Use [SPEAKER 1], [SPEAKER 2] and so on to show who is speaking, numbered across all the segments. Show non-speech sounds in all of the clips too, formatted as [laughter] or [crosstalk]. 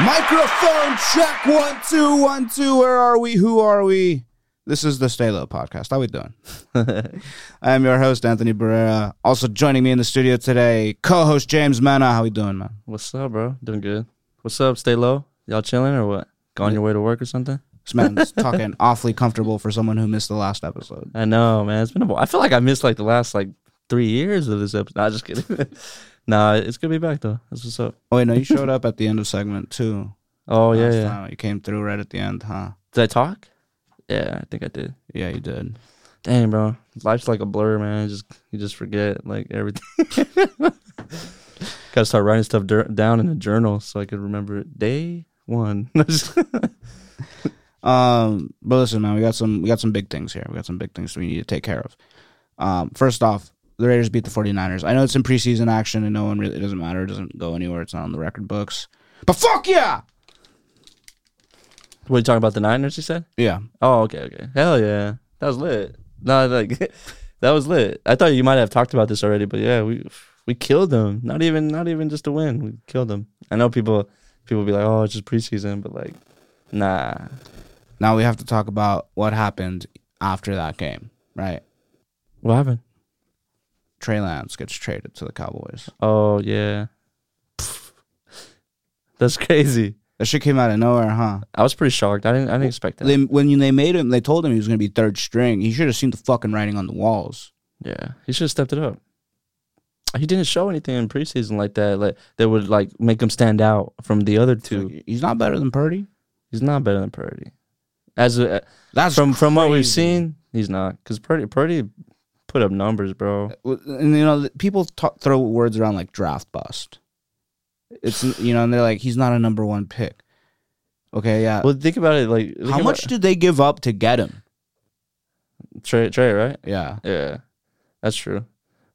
[SPEAKER 1] Microphone check one two one two. Where are we? Who are we? This is the Stay Low podcast. How we
[SPEAKER 2] [laughs]
[SPEAKER 1] doing? I'm your host Anthony Barrera. Also joining me in the studio today, co-host James Mena. How we doing, man?
[SPEAKER 2] What's up, bro? Doing good. What's up? Stay low. Y'all chilling or what? Go on your way to work or something?
[SPEAKER 1] This
[SPEAKER 2] [laughs]
[SPEAKER 1] man's talking awfully comfortable for someone who missed the last episode.
[SPEAKER 2] I know, man. It's been a while. I feel like I missed like the last like three years of this episode. Nah, just kidding. [laughs] nah, it's good to be back though. That's what's up.
[SPEAKER 1] Oh wait, no, you showed up at the end of segment two.
[SPEAKER 2] Oh yeah,
[SPEAKER 1] Last
[SPEAKER 2] yeah.
[SPEAKER 1] time. You came through right at the end, huh?
[SPEAKER 2] Did I talk? Yeah, I think I did.
[SPEAKER 1] Yeah, you did.
[SPEAKER 2] Dang, bro. Life's like a blur, man. You just you just forget like everything. [laughs] Gotta start writing stuff dur- down in a journal so I could remember it. Day one. [laughs]
[SPEAKER 1] Um, but listen, man, we got some we got some big things here. We got some big things we need to take care of. Um, first off, the Raiders beat the 49ers. I know it's in preseason action and no one really it doesn't matter. It doesn't go anywhere. It's not on the record books. But fuck yeah!
[SPEAKER 2] what are you talking about? The Niners? You said?
[SPEAKER 1] Yeah.
[SPEAKER 2] Oh, okay, okay. Hell yeah. That was lit. No, like [laughs] that was lit. I thought you might have talked about this already, but yeah, we we killed them. Not even not even just a win. We killed them. I know people people be like, "Oh, it's just preseason," but like nah.
[SPEAKER 1] Now we have to talk about what happened after that game, right?
[SPEAKER 2] What happened?
[SPEAKER 1] Trey Lance gets traded to the Cowboys.
[SPEAKER 2] Oh, yeah. [laughs] Pff. That's crazy.
[SPEAKER 1] That shit came out of nowhere, huh?
[SPEAKER 2] I was pretty shocked. I didn't I didn't expect that.
[SPEAKER 1] They, when they made him, they told him he was going to be third string. He should have seen the fucking writing on the walls.
[SPEAKER 2] Yeah, he should have stepped it up. He didn't show anything in preseason like that. Like that would like make him stand out from the other two.
[SPEAKER 1] He's not better than Purdy.
[SPEAKER 2] He's not better than Purdy. As a,
[SPEAKER 1] That's
[SPEAKER 2] from from what we've
[SPEAKER 1] crazy.
[SPEAKER 2] seen, he's not because Purdy Purdy put up numbers, bro.
[SPEAKER 1] Well, and you know th- people t- throw words around like draft bust it's you know and they're like he's not a number one pick okay yeah
[SPEAKER 2] Well, think about it. Like
[SPEAKER 1] how
[SPEAKER 2] think
[SPEAKER 1] much did they give up to get him
[SPEAKER 2] about- Trey Trey right?
[SPEAKER 1] yeah
[SPEAKER 2] Yeah, that's true.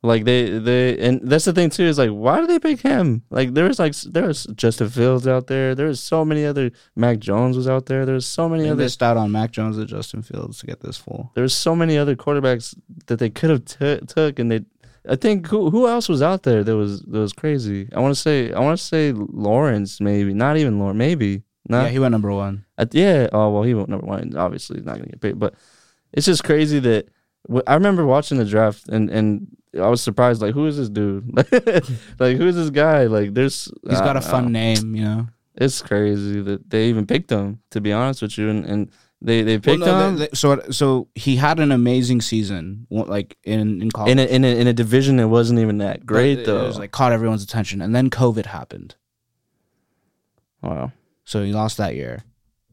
[SPEAKER 2] Like they they and that's the thing too is like why did they pick him? Like there was like s- there was Justin Fields out there. There was so many other Mac Jones was out there. There was so many
[SPEAKER 1] they
[SPEAKER 2] other
[SPEAKER 1] missed out on mac jones and justin fields to get this fool
[SPEAKER 2] there was so many other quarterbacks that they could have t- took and they I think who who else was out there that was that was crazy. I want to say I want to say Lawrence maybe not even Lawrence maybe not
[SPEAKER 1] yeah he went number one
[SPEAKER 2] I th- yeah. Oh well, he won't number one. Obviously, he's not gonna get paid. But it's just crazy that wh- I remember watching the draft and and I was surprised. Like, who is this dude? [laughs] like, who is this guy? Like, there's
[SPEAKER 1] He's got
[SPEAKER 2] I
[SPEAKER 1] a
[SPEAKER 2] don't
[SPEAKER 1] fun
[SPEAKER 2] know.
[SPEAKER 1] name you know
[SPEAKER 2] It's crazy that they even picked him. To be honest with you, and and they they
[SPEAKER 1] Well,
[SPEAKER 2] picked
[SPEAKER 1] no, they-
[SPEAKER 2] him.
[SPEAKER 1] they- so so he had an amazing season wa- like in in college
[SPEAKER 2] in a, in a, in a division that wasn't even that
[SPEAKER 1] But
[SPEAKER 2] great
[SPEAKER 1] it-
[SPEAKER 2] though.
[SPEAKER 1] it was like caught everyone's attention and then covid happened
[SPEAKER 2] wow.
[SPEAKER 1] so he lost that year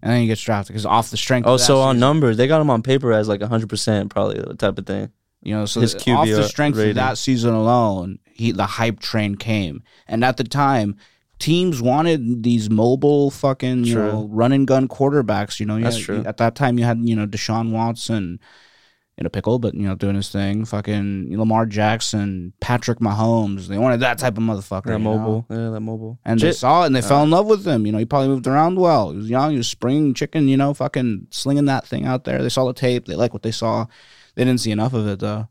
[SPEAKER 1] and then he gets drafted because off the strength
[SPEAKER 2] Oh,
[SPEAKER 1] of that
[SPEAKER 2] so on
[SPEAKER 1] season.
[SPEAKER 2] numbers, they got him on paper as like hundred percent, probably the type of thing.
[SPEAKER 1] You know, so
[SPEAKER 2] His
[SPEAKER 1] th- off
[SPEAKER 2] QB
[SPEAKER 1] the strength
[SPEAKER 2] rating.
[SPEAKER 1] of that season alone, he the hype train came. And at the time, teams wanted these mobile fucking you
[SPEAKER 2] True.
[SPEAKER 1] know run and gun quarterbacks. You know, you
[SPEAKER 2] That's
[SPEAKER 1] had-
[SPEAKER 2] true.
[SPEAKER 1] At that time, you had you know Deshaun Watson in a pickle, but you know doing his thing. Fucking Lamar Jackson, Patrick Mahomes. They wanted that type of motherfucker.
[SPEAKER 2] That
[SPEAKER 1] you know?
[SPEAKER 2] mobile, Uh. yeah, that mobile.
[SPEAKER 1] And they
[SPEAKER 2] J-
[SPEAKER 1] saw it and they fell in love with him. You know, he probably moved around well. He was young, he was springing chicken, you know, fucking slinging that thing out there. They saw the tape, they liked what they saw. They didn't see enough of it though.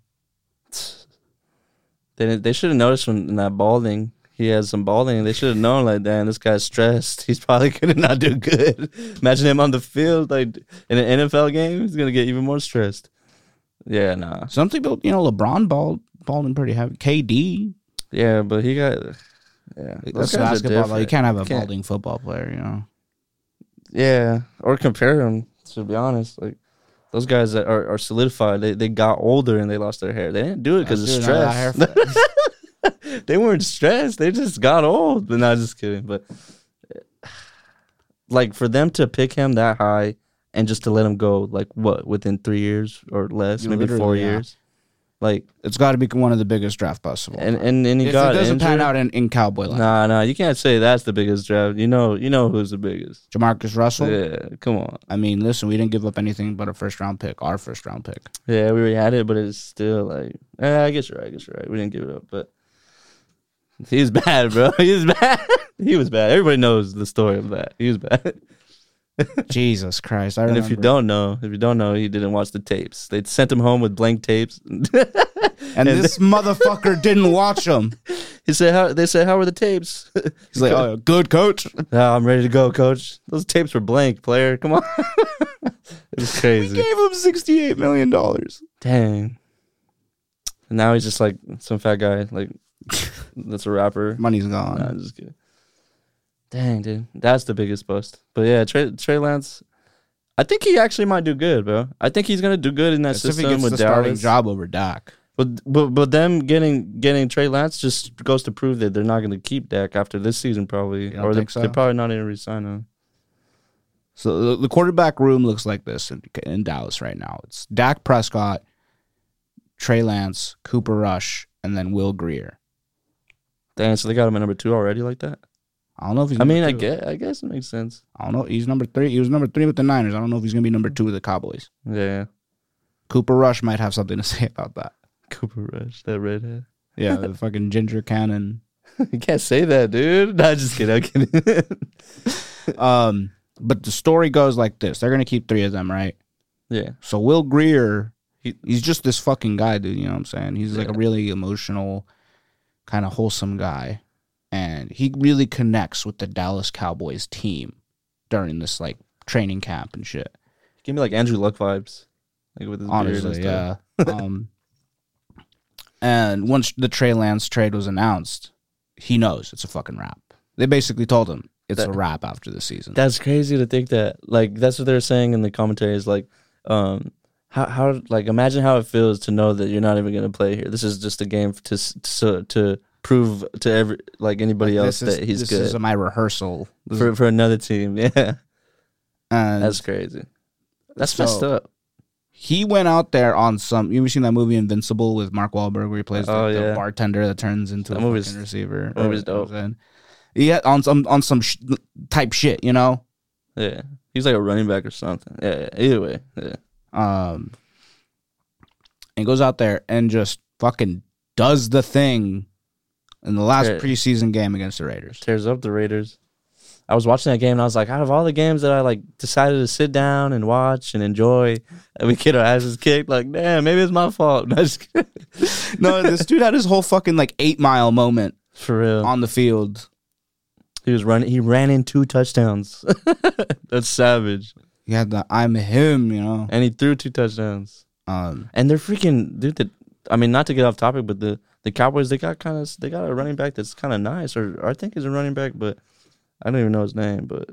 [SPEAKER 2] They didn't, they should have noticed when in that balding he has some balding. They should have known like, damn, this guy's stressed. He's [laughs] probably gonna not do good. Imagine him on the field like in an NFL game. He's gonna get even more stressed. Yeah, nah.
[SPEAKER 1] Some people, you know, LeBron balled balling pretty heavy. KD,
[SPEAKER 2] Yeah, but he got. Yeah, those
[SPEAKER 1] that's
[SPEAKER 2] guys are
[SPEAKER 1] basketball. Though. You
[SPEAKER 2] different.
[SPEAKER 1] can't have a
[SPEAKER 2] Can't-
[SPEAKER 1] balding football player, you know.
[SPEAKER 2] Yeah, or compare them. To be honest, like those guys that are, are solidified, they, they got older and they lost their hair. They didn't do it because of
[SPEAKER 1] Dude, I got
[SPEAKER 2] stress.
[SPEAKER 1] hair
[SPEAKER 2] [laughs]
[SPEAKER 1] for-
[SPEAKER 2] they weren't stressed. They just got old. But not just kidding. But like for them to pick him that high and just to let him go, like what within three years or less,
[SPEAKER 1] You
[SPEAKER 2] maybe four
[SPEAKER 1] literally, yeah.
[SPEAKER 2] years. Like
[SPEAKER 1] it's got to be one of the biggest draft busts of all
[SPEAKER 2] and
[SPEAKER 1] time.
[SPEAKER 2] and then he
[SPEAKER 1] if it
[SPEAKER 2] got
[SPEAKER 1] doesn't
[SPEAKER 2] injured.
[SPEAKER 1] pan out in, in Cowboy land,
[SPEAKER 2] Nah, nah, you can't say that's the biggest draft. You know, you know who's the biggest.
[SPEAKER 1] Jamarcus Russell.
[SPEAKER 2] Yeah, come on.
[SPEAKER 1] I mean, listen, we didn't give up anything but a first round pick, our first round
[SPEAKER 2] [laughs]
[SPEAKER 1] pick.
[SPEAKER 2] Yeah, we already had it, but it's still like, eh, I guess you're right. I guess you're right. We didn't give it up, but he was [laughs] bad, bro. He was bad. [laughs] he was bad. Everybody knows the story of that. He was bad.
[SPEAKER 1] Jesus Christ! I
[SPEAKER 2] And
[SPEAKER 1] remember.
[SPEAKER 2] if you don't know, if you don't know, he didn't watch the tapes. [laughs] They sent him home with blank tapes.
[SPEAKER 1] and,
[SPEAKER 2] [laughs]
[SPEAKER 1] this motherfucker didn't watch them.
[SPEAKER 2] He said, "How?" They said, "How were the tapes?" [laughs]
[SPEAKER 1] He's like, "Oh, good coach."
[SPEAKER 2] "Ah, I'm ready to go, coach. Those tapes were blank, player. Come on. [laughs] it was
[SPEAKER 1] He
[SPEAKER 2] crazy.
[SPEAKER 1] gave him sixty-eight million dollars.
[SPEAKER 2] Dang. And now he's just like some fat guy, like [laughs] that's a rapper.
[SPEAKER 1] Money's gone.
[SPEAKER 2] Nah, I'm just kidding. Dang, dude, that's the biggest bust. But yeah, Trey, Trey Lance, I think he actually might do good, bro. I think he's gonna do good in that
[SPEAKER 1] That's if he
[SPEAKER 2] system
[SPEAKER 1] gets
[SPEAKER 2] with
[SPEAKER 1] the starting
[SPEAKER 2] Dallas.
[SPEAKER 1] job over Doc.
[SPEAKER 2] But but but them getting getting Trey Lance just goes to prove that they're not going to keep Dak after this season probably,
[SPEAKER 1] You don't
[SPEAKER 2] or they're,
[SPEAKER 1] think so?
[SPEAKER 2] they're probably not going to resign him.
[SPEAKER 1] So the, the quarterback room looks like this in, in Dallas right now. It's Dak Prescott, Trey Lance, Cooper Rush, and then Will Greer.
[SPEAKER 2] Dang, so they got him at number two already like that.
[SPEAKER 1] I don't know if he's.
[SPEAKER 2] I mean,
[SPEAKER 1] number
[SPEAKER 2] I
[SPEAKER 1] two.
[SPEAKER 2] guess I guess it makes sense.
[SPEAKER 1] I don't know. He's number three. He was number three with the Niners. I don't know if he's gonna be number two with the Cowboys.
[SPEAKER 2] Yeah, [laughs]
[SPEAKER 1] Cooper Rush might have something to [laughs] say about that.
[SPEAKER 2] Cooper Rush, that redhead. [laughs]
[SPEAKER 1] Yeah, the fucking ginger cannon.
[SPEAKER 2] you can't say that, dude. [laughs] Nah, just kidding. I'm kidding. [laughs]
[SPEAKER 1] Um, but the story goes like this: They're gonna keep three of them, right?
[SPEAKER 2] yeah,
[SPEAKER 1] So Will Greer,
[SPEAKER 2] He-
[SPEAKER 1] he's just this fucking guy, dude. You know what I'm saying? He's like a
[SPEAKER 2] Yeah.
[SPEAKER 1] really emotional, kind of wholesome guy, and he really connects with the Dallas Cowboys team during this like training camp and shit.
[SPEAKER 2] give me like Andrew Luck vibes, like with his beard and
[SPEAKER 1] Honestly,
[SPEAKER 2] stuff. [laughs]
[SPEAKER 1] yeah. um, and once the Trey Lance trade was announced, he knows it's a fucking wrap. They basically told him it's a
[SPEAKER 2] That-
[SPEAKER 1] wrap after the season.
[SPEAKER 2] That's crazy to think that. Like that's what they're saying in the commentary is like, um, how how like imagine how it feels to know that you're not even gonna play here. This is just a game to s- to to prove to every like anybody
[SPEAKER 1] Like,
[SPEAKER 2] else
[SPEAKER 1] this is-
[SPEAKER 2] that he's
[SPEAKER 1] this
[SPEAKER 2] good
[SPEAKER 1] is my rehearsal. This is-
[SPEAKER 2] for for another team. [laughs] Yeah,
[SPEAKER 1] and
[SPEAKER 2] that's crazy. That's
[SPEAKER 1] So-
[SPEAKER 2] messed up.
[SPEAKER 1] He went out there on some. You ever seen that movie Invincible with Mark Wahlberg, where he plays
[SPEAKER 2] Oh,
[SPEAKER 1] like, the
[SPEAKER 2] yeah.
[SPEAKER 1] bartender that turns into
[SPEAKER 2] That
[SPEAKER 1] a
[SPEAKER 2] movie's-
[SPEAKER 1] fucking receiver?
[SPEAKER 2] that movie's
[SPEAKER 1] You know what I'm
[SPEAKER 2] dope.
[SPEAKER 1] saying? Yeah, on some on some sh- type shit, you know.
[SPEAKER 2] Yeah, he's like a running back or something. Yeah, yeah. either way. Yeah.
[SPEAKER 1] Um, and goes out there and just fucking does the thing in the last
[SPEAKER 2] Yeah.
[SPEAKER 1] preseason game against the
[SPEAKER 2] [laughs]
[SPEAKER 1] Raiders.
[SPEAKER 2] tears up the Raiders. I was watching that game and I was like, out of all the games that I like decided to sit down and watch and enjoy, and we get our asses kicked. Like, damn, maybe it's my fault. [laughs] No, just kidding.
[SPEAKER 1] no, this dude had his whole fucking like eight mile moment
[SPEAKER 2] for real.
[SPEAKER 1] on the field.
[SPEAKER 2] He was running. He ran in two touchdowns. [laughs] That's savage.
[SPEAKER 1] He had the "I'm him," you know.
[SPEAKER 2] And he threw two touchdowns.
[SPEAKER 1] Um,
[SPEAKER 2] And they're freaking dude. That I mean, not to get off topic, but the the Cowboys they got kind of they got a running back that's kind of nice, or, or I think is a running back, but I don't even know his name. But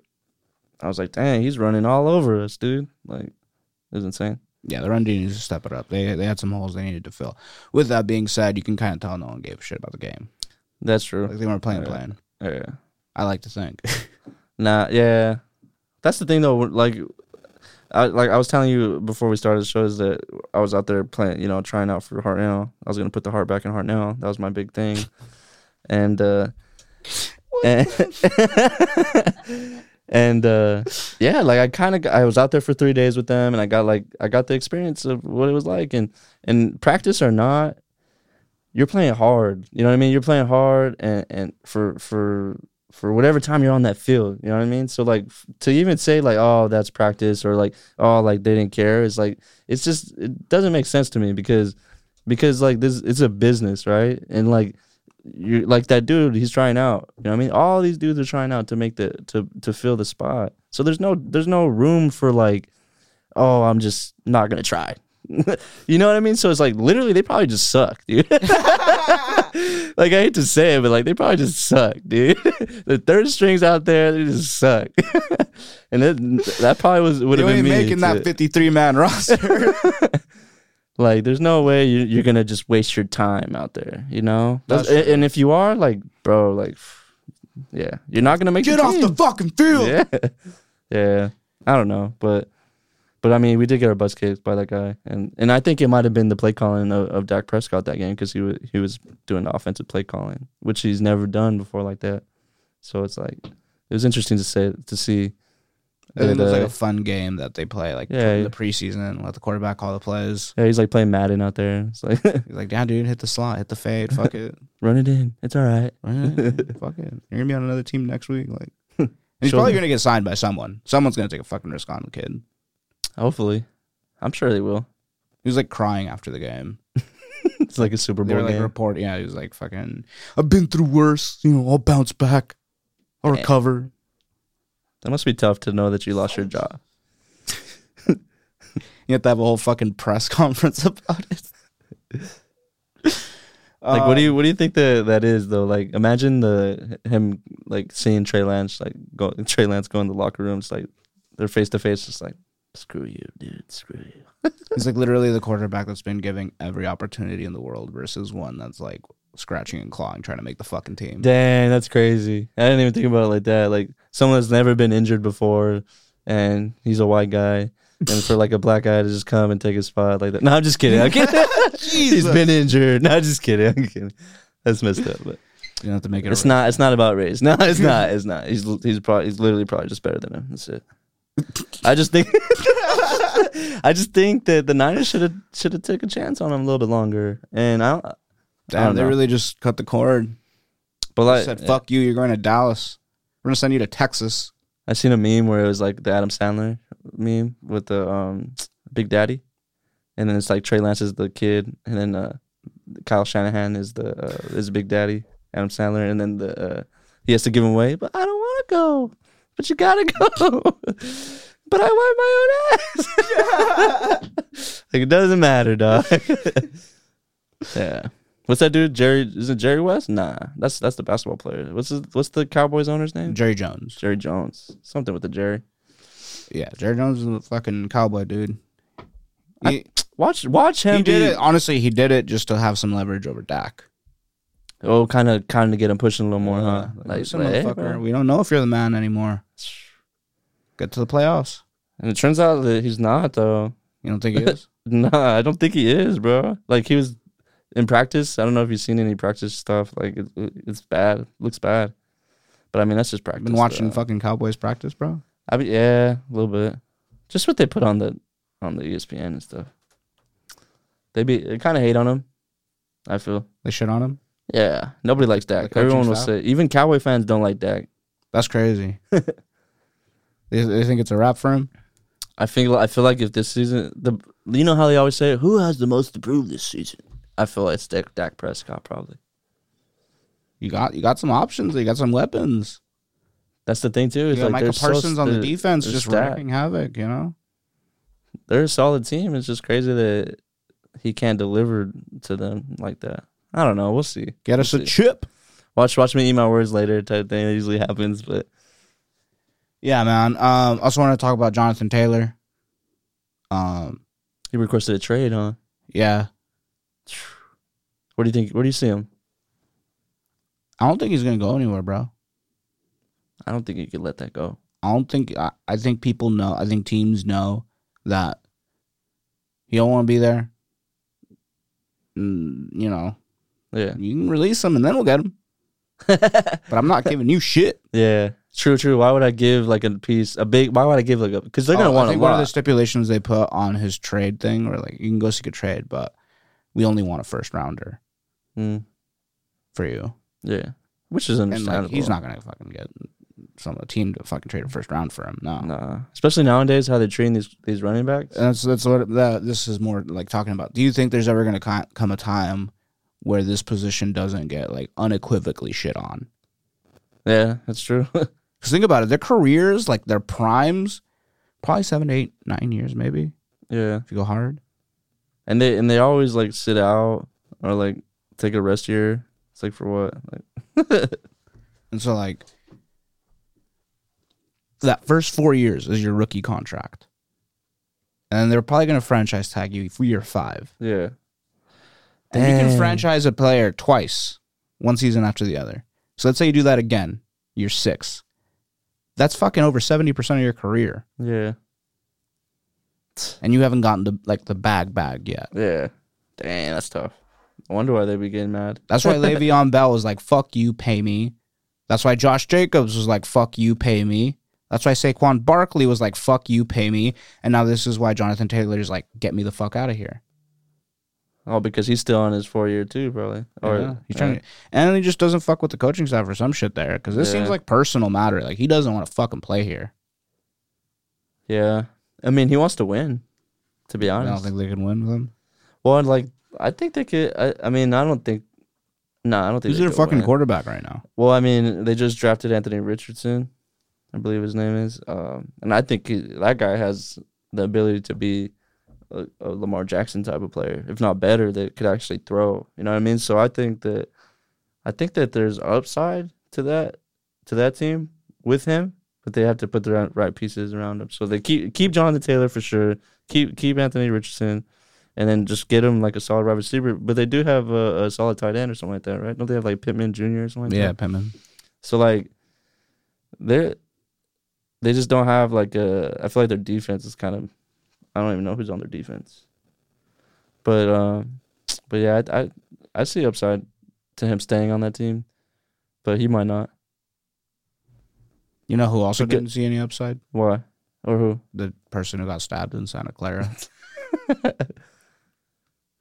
[SPEAKER 2] I was like, dang, he's running all over us, dude. Like, it was insane.
[SPEAKER 1] Yeah, the run D needs to step it up. They they had some holes they needed to fill. With that being said, you can kind of tell no one gave a shit about the game.
[SPEAKER 2] That's true.
[SPEAKER 1] Like they weren't playing
[SPEAKER 2] Yeah.
[SPEAKER 1] playing.
[SPEAKER 2] Yeah.
[SPEAKER 1] I like to think.
[SPEAKER 2] Nah. Yeah. That's the thing, though. Like, I like I was telling you before we started the show is that I was out there playing, you know, trying out for Heart Now. I was gonna put the heart back in Heart Now. That was my big thing. And uh, and, [laughs] and uh, yeah, like I kind of I was out there for three days with them, and I got like I got the experience of what it was like, and and practice or not, you're playing hard. You know what I mean? You're playing hard, and and for for for whatever time you're on that field, you know what I mean. So like f- to even say like oh that's practice or like oh like they didn't care is like it's just it doesn't make sense to me because because like this it's a business right and like you like that dude he's trying out you know what i mean all these dudes are trying out to make the to to fill the spot so there's no there's no room for like oh i'm just not gonna try [laughs] you know what i mean so it's like literally they probably just suck dude [laughs] like i hate to say it but like they probably just suck dude [laughs] the third strings out there they just suck [laughs] and that, that probably was
[SPEAKER 1] [laughs]
[SPEAKER 2] would
[SPEAKER 1] you
[SPEAKER 2] have
[SPEAKER 1] ain't
[SPEAKER 2] been me
[SPEAKER 1] making
[SPEAKER 2] too.
[SPEAKER 1] that fifty three man [laughs]
[SPEAKER 2] [laughs]
[SPEAKER 1] roster.
[SPEAKER 2] Like, there's no way you, you're gonna just waste your time out there, you know.
[SPEAKER 1] That's
[SPEAKER 2] That's-
[SPEAKER 1] true.
[SPEAKER 2] and if you are, like, bro, like, f- yeah, you're not gonna make
[SPEAKER 1] Get
[SPEAKER 2] the
[SPEAKER 1] off the
[SPEAKER 2] team.
[SPEAKER 1] fucking field.
[SPEAKER 2] [laughs] yeah, yeah. I don't know, but but I mean, we did get our butts kicked by that guy, and and I think it might have been the play calling of, of Dak Prescott that game because he was he was doing the offensive play calling, which he's never done before like that. So it's like it was interesting to say to see.
[SPEAKER 1] I think
[SPEAKER 2] that,
[SPEAKER 1] it's like
[SPEAKER 2] uh,
[SPEAKER 1] a fun game that they play like
[SPEAKER 2] Yeah,
[SPEAKER 1] in
[SPEAKER 2] yeah.
[SPEAKER 1] the preseason and let the quarterback call the plays.
[SPEAKER 2] yeah, he's like playing Madden out there. It's like [laughs]
[SPEAKER 1] He's like, yeah, dude, hit the slot, hit the fade, fuck it.
[SPEAKER 2] run it in, it's all right.
[SPEAKER 1] Run it, fuck it. You're gonna be on another team next week.
[SPEAKER 2] [laughs]
[SPEAKER 1] Like and he's
[SPEAKER 2] Show
[SPEAKER 1] probably
[SPEAKER 2] them.
[SPEAKER 1] gonna get signed by someone. Someone's gonna take a fucking risk on the kid.
[SPEAKER 2] [laughs] Hopefully, I'm sure they will.
[SPEAKER 1] He was like crying after the game.
[SPEAKER 2] it's like a Super
[SPEAKER 1] They were
[SPEAKER 2] Bowl
[SPEAKER 1] like
[SPEAKER 2] game.
[SPEAKER 1] report. Yeah, he was like fucking. I've been through worse. You know, I'll bounce back. I'll
[SPEAKER 2] Yeah.
[SPEAKER 1] recover.
[SPEAKER 2] that must be tough to know that you lost your job.
[SPEAKER 1] You have to have a whole fucking press [laughs] conference about it. [laughs]
[SPEAKER 2] Like, what do you what do you think that that is though? Like, imagine the him like seeing Trey Lance like go Trey Lance go in the locker rooms like they're face to face, just like screw you, dude, screw you.
[SPEAKER 1] He's like literally the quarterback that's been giving every opportunity in the world versus one that's like scratching and clawing trying to make the fucking team.
[SPEAKER 2] Dang, that's crazy. I didn't even think about it like that. Like someone that's never been injured before, and he's a white guy, and for like a black guy to just come and take his spot like that. No, I'm just kidding. I'm kidding. [laughs] he's
[SPEAKER 1] Jesus.
[SPEAKER 2] been injured. No, just kidding. I'm kidding. That's messed up, but.
[SPEAKER 1] You don't have to make it.
[SPEAKER 2] It's not. It's not about race. [laughs] No, it's not. It's not. He's he's probably he's literally probably just better than him. That's it. I just think. [laughs] I just think that the Niners should have should have took a chance on him a little bit longer, and I. Don't, I
[SPEAKER 1] Damn,
[SPEAKER 2] don't
[SPEAKER 1] they
[SPEAKER 2] know.
[SPEAKER 1] really just cut the cord.
[SPEAKER 2] but like,
[SPEAKER 1] said, "Fuck you. You're going to Dallas. We're gonna send you to Texas."
[SPEAKER 2] I seen a meme where it was like the Adam Sandler meme with the um Big Daddy, and then it's like Trey Lance is the kid, and then uh, Kyle Shanahan is the uh, is Big Daddy Adam Sandler, and then the uh, he has to give him away. But I don't want to go. But you gotta go. [laughs] but I want my own ass. [laughs] like it doesn't matter, dog. [laughs] yeah. What's that dude? Jerry? Is it Jerry West? Nah, that's that's the basketball player. What's his, what's the Cowboys owner's name?
[SPEAKER 1] Jerry Jones.
[SPEAKER 2] Jerry Jones. Something with the Jerry.
[SPEAKER 1] Yeah, Jerry Jones is a fucking cowboy dude.
[SPEAKER 2] I-
[SPEAKER 1] He,
[SPEAKER 2] Watch watch him
[SPEAKER 1] he
[SPEAKER 2] be,
[SPEAKER 1] did it. Honestly, he did it just to have some leverage over Dak.
[SPEAKER 2] Oh, kinda kinda get him pushing a little more, huh?
[SPEAKER 1] Like,
[SPEAKER 2] Uh-huh. Like,
[SPEAKER 1] "Listen,
[SPEAKER 2] like, hey,
[SPEAKER 1] motherfucker,
[SPEAKER 2] bro."
[SPEAKER 1] we don't know if you're the man anymore. Get to the playoffs.
[SPEAKER 2] And it turns out that he's not though.
[SPEAKER 1] You don't think he
[SPEAKER 2] [laughs]
[SPEAKER 1] is?
[SPEAKER 2] Nah, I don't think he is, bro. Like he was in practice. I don't know if you've seen any practice stuff. Like it, it- it's bad. looks bad. But I mean that's just practice.
[SPEAKER 1] Been watching
[SPEAKER 2] bro.
[SPEAKER 1] fucking Cowboys practice, bro.
[SPEAKER 2] I be, yeah, a little bit. Just what they put on the on the E ESPN and stuff. They be they kinda hate on him. I feel.
[SPEAKER 1] They shit on him.
[SPEAKER 2] Yeah. Nobody likes
[SPEAKER 1] The
[SPEAKER 2] Dak.
[SPEAKER 1] coaching
[SPEAKER 2] Everyone will
[SPEAKER 1] staff?
[SPEAKER 2] say even Cowboy fans don't like Dak.
[SPEAKER 1] That's
[SPEAKER 2] [laughs]
[SPEAKER 1] crazy. they, they think it's a wrap for him.
[SPEAKER 2] I think I feel like if this season the you know how they always say who has the most to prove this season. I feel like it's Dak, Dak Prescott probably.
[SPEAKER 1] You got you got some options. You got some weapons.
[SPEAKER 2] That's the thing too.
[SPEAKER 1] You
[SPEAKER 2] It's
[SPEAKER 1] got Micah
[SPEAKER 2] like they're
[SPEAKER 1] Parsons
[SPEAKER 2] so,
[SPEAKER 1] on the
[SPEAKER 2] they're-
[SPEAKER 1] defense,
[SPEAKER 2] they're
[SPEAKER 1] just
[SPEAKER 2] stacked.
[SPEAKER 1] wrecking havoc. You know,
[SPEAKER 2] They're a solid team. It's just crazy that he can't deliver to them like that. I don't know. We'll see.
[SPEAKER 1] get us a
[SPEAKER 2] see.
[SPEAKER 1] chip.
[SPEAKER 2] Watch watch me eat my words later type thing. It usually happens, but
[SPEAKER 1] Yeah, man. Um, also want to talk about Jonathan Taylor. Um,
[SPEAKER 2] he requested a trade, huh?
[SPEAKER 1] yeah,
[SPEAKER 2] What do you think? Where do you see him?
[SPEAKER 1] I don't think he's gonna go anywhere, bro.
[SPEAKER 2] I don't think you could let that go.
[SPEAKER 1] I don't think. I, I think people know. I think teams know that he don't want to be there. Mm, you know,
[SPEAKER 2] Yeah. [laughs]
[SPEAKER 1] you can release him and then we'll get him. But I'm
[SPEAKER 2] [laughs]
[SPEAKER 1] not giving you shit.
[SPEAKER 2] yeah. True, true. Why would I give like a piece a big why would I give like a because they're gonna
[SPEAKER 1] Oh,
[SPEAKER 2] want
[SPEAKER 1] I
[SPEAKER 2] a
[SPEAKER 1] think
[SPEAKER 2] lot.
[SPEAKER 1] one of the stipulations they put on his trade thing, or like you can go seek a trade, but we only want a first rounder
[SPEAKER 2] Mm.
[SPEAKER 1] for you.
[SPEAKER 2] Yeah, which is
[SPEAKER 1] And
[SPEAKER 2] understandable.
[SPEAKER 1] like he's not gonna fucking get some a team to fucking trade a first round for him. No.
[SPEAKER 2] Nah, especially nowadays how they're treating these these running backs.
[SPEAKER 1] And that's that's what that this is more like talking about. Do you think there's ever gonna co- come a time where this position doesn't get like unequivocally shit on?
[SPEAKER 2] yeah, that's true. [laughs]
[SPEAKER 1] Because think about it, their careers, like their primes, probably seven, eight, nine years maybe
[SPEAKER 2] yeah,
[SPEAKER 1] if you go hard.
[SPEAKER 2] and they and they always like sit out or like take a rest year. It's like for what? Like
[SPEAKER 1] And so like that first four years is your rookie contract. And they're probably gonna franchise tag you for year five.
[SPEAKER 2] yeah,
[SPEAKER 1] And you can
[SPEAKER 2] Dang.
[SPEAKER 1] franchise a player twice, one season after the other. So let's say you do that again, year six. That's fucking over seventy percent of your career.
[SPEAKER 2] yeah,
[SPEAKER 1] And you haven't gotten the like the bag bag yet.
[SPEAKER 2] yeah. Damn, that's tough. I wonder why they be getting mad.
[SPEAKER 1] That's why
[SPEAKER 2] [laughs]
[SPEAKER 1] Le'Veon Bell was like, fuck you, pay me. That's why Josh Jacobs was like, fuck you, pay me. That's why Saquon Barkley was like, fuck you, pay me. And now this is why Jonathan Taylor is like, get me the fuck out of here.
[SPEAKER 2] Oh, because he's still on his four year too, probably. Or
[SPEAKER 1] Yeah, he's trying to, and he just doesn't fuck with the coaching staff or some shit there because this
[SPEAKER 2] Yeah.
[SPEAKER 1] seems like personal matter. Like he doesn't want to fucking play here.
[SPEAKER 2] yeah. I mean, he wants to win. To be
[SPEAKER 1] I don't
[SPEAKER 2] honest,
[SPEAKER 1] think they can win with him.
[SPEAKER 2] well, and, like I think they could. I, I mean, I don't think. No, I don't think.
[SPEAKER 1] Who's
[SPEAKER 2] they
[SPEAKER 1] your
[SPEAKER 2] could
[SPEAKER 1] fucking
[SPEAKER 2] win.
[SPEAKER 1] quarterback right now?
[SPEAKER 2] Well, I mean, they just drafted Anthony Richardson, I believe his name is, um, and I think he, that guy has the ability to be a, a Lamar Jackson type of player, if not better. That could actually throw. You know what I mean? So I think that, I think that there's upside to that, to that team with him, but they have to put the right, right pieces around him. So they keep keep Jonathan Taylor for sure. Keep keep Anthony Richardson. And then just get him like a solid wide receiver, but they do have a, a solid tight end or something like that, right? Don't they have like Pittman Jr. or something like that?
[SPEAKER 1] Yeah, Pittman.
[SPEAKER 2] So like they're they just don't have like a I feel like their defense is kind of I don't even know who's on their defense. But um but yeah, I I, I see upside to him staying on that team. But he might not.
[SPEAKER 1] You know who also
[SPEAKER 2] Forget-
[SPEAKER 1] didn't see any upside?
[SPEAKER 2] Why? Or who?
[SPEAKER 1] The person who got stabbed in Santa Clara.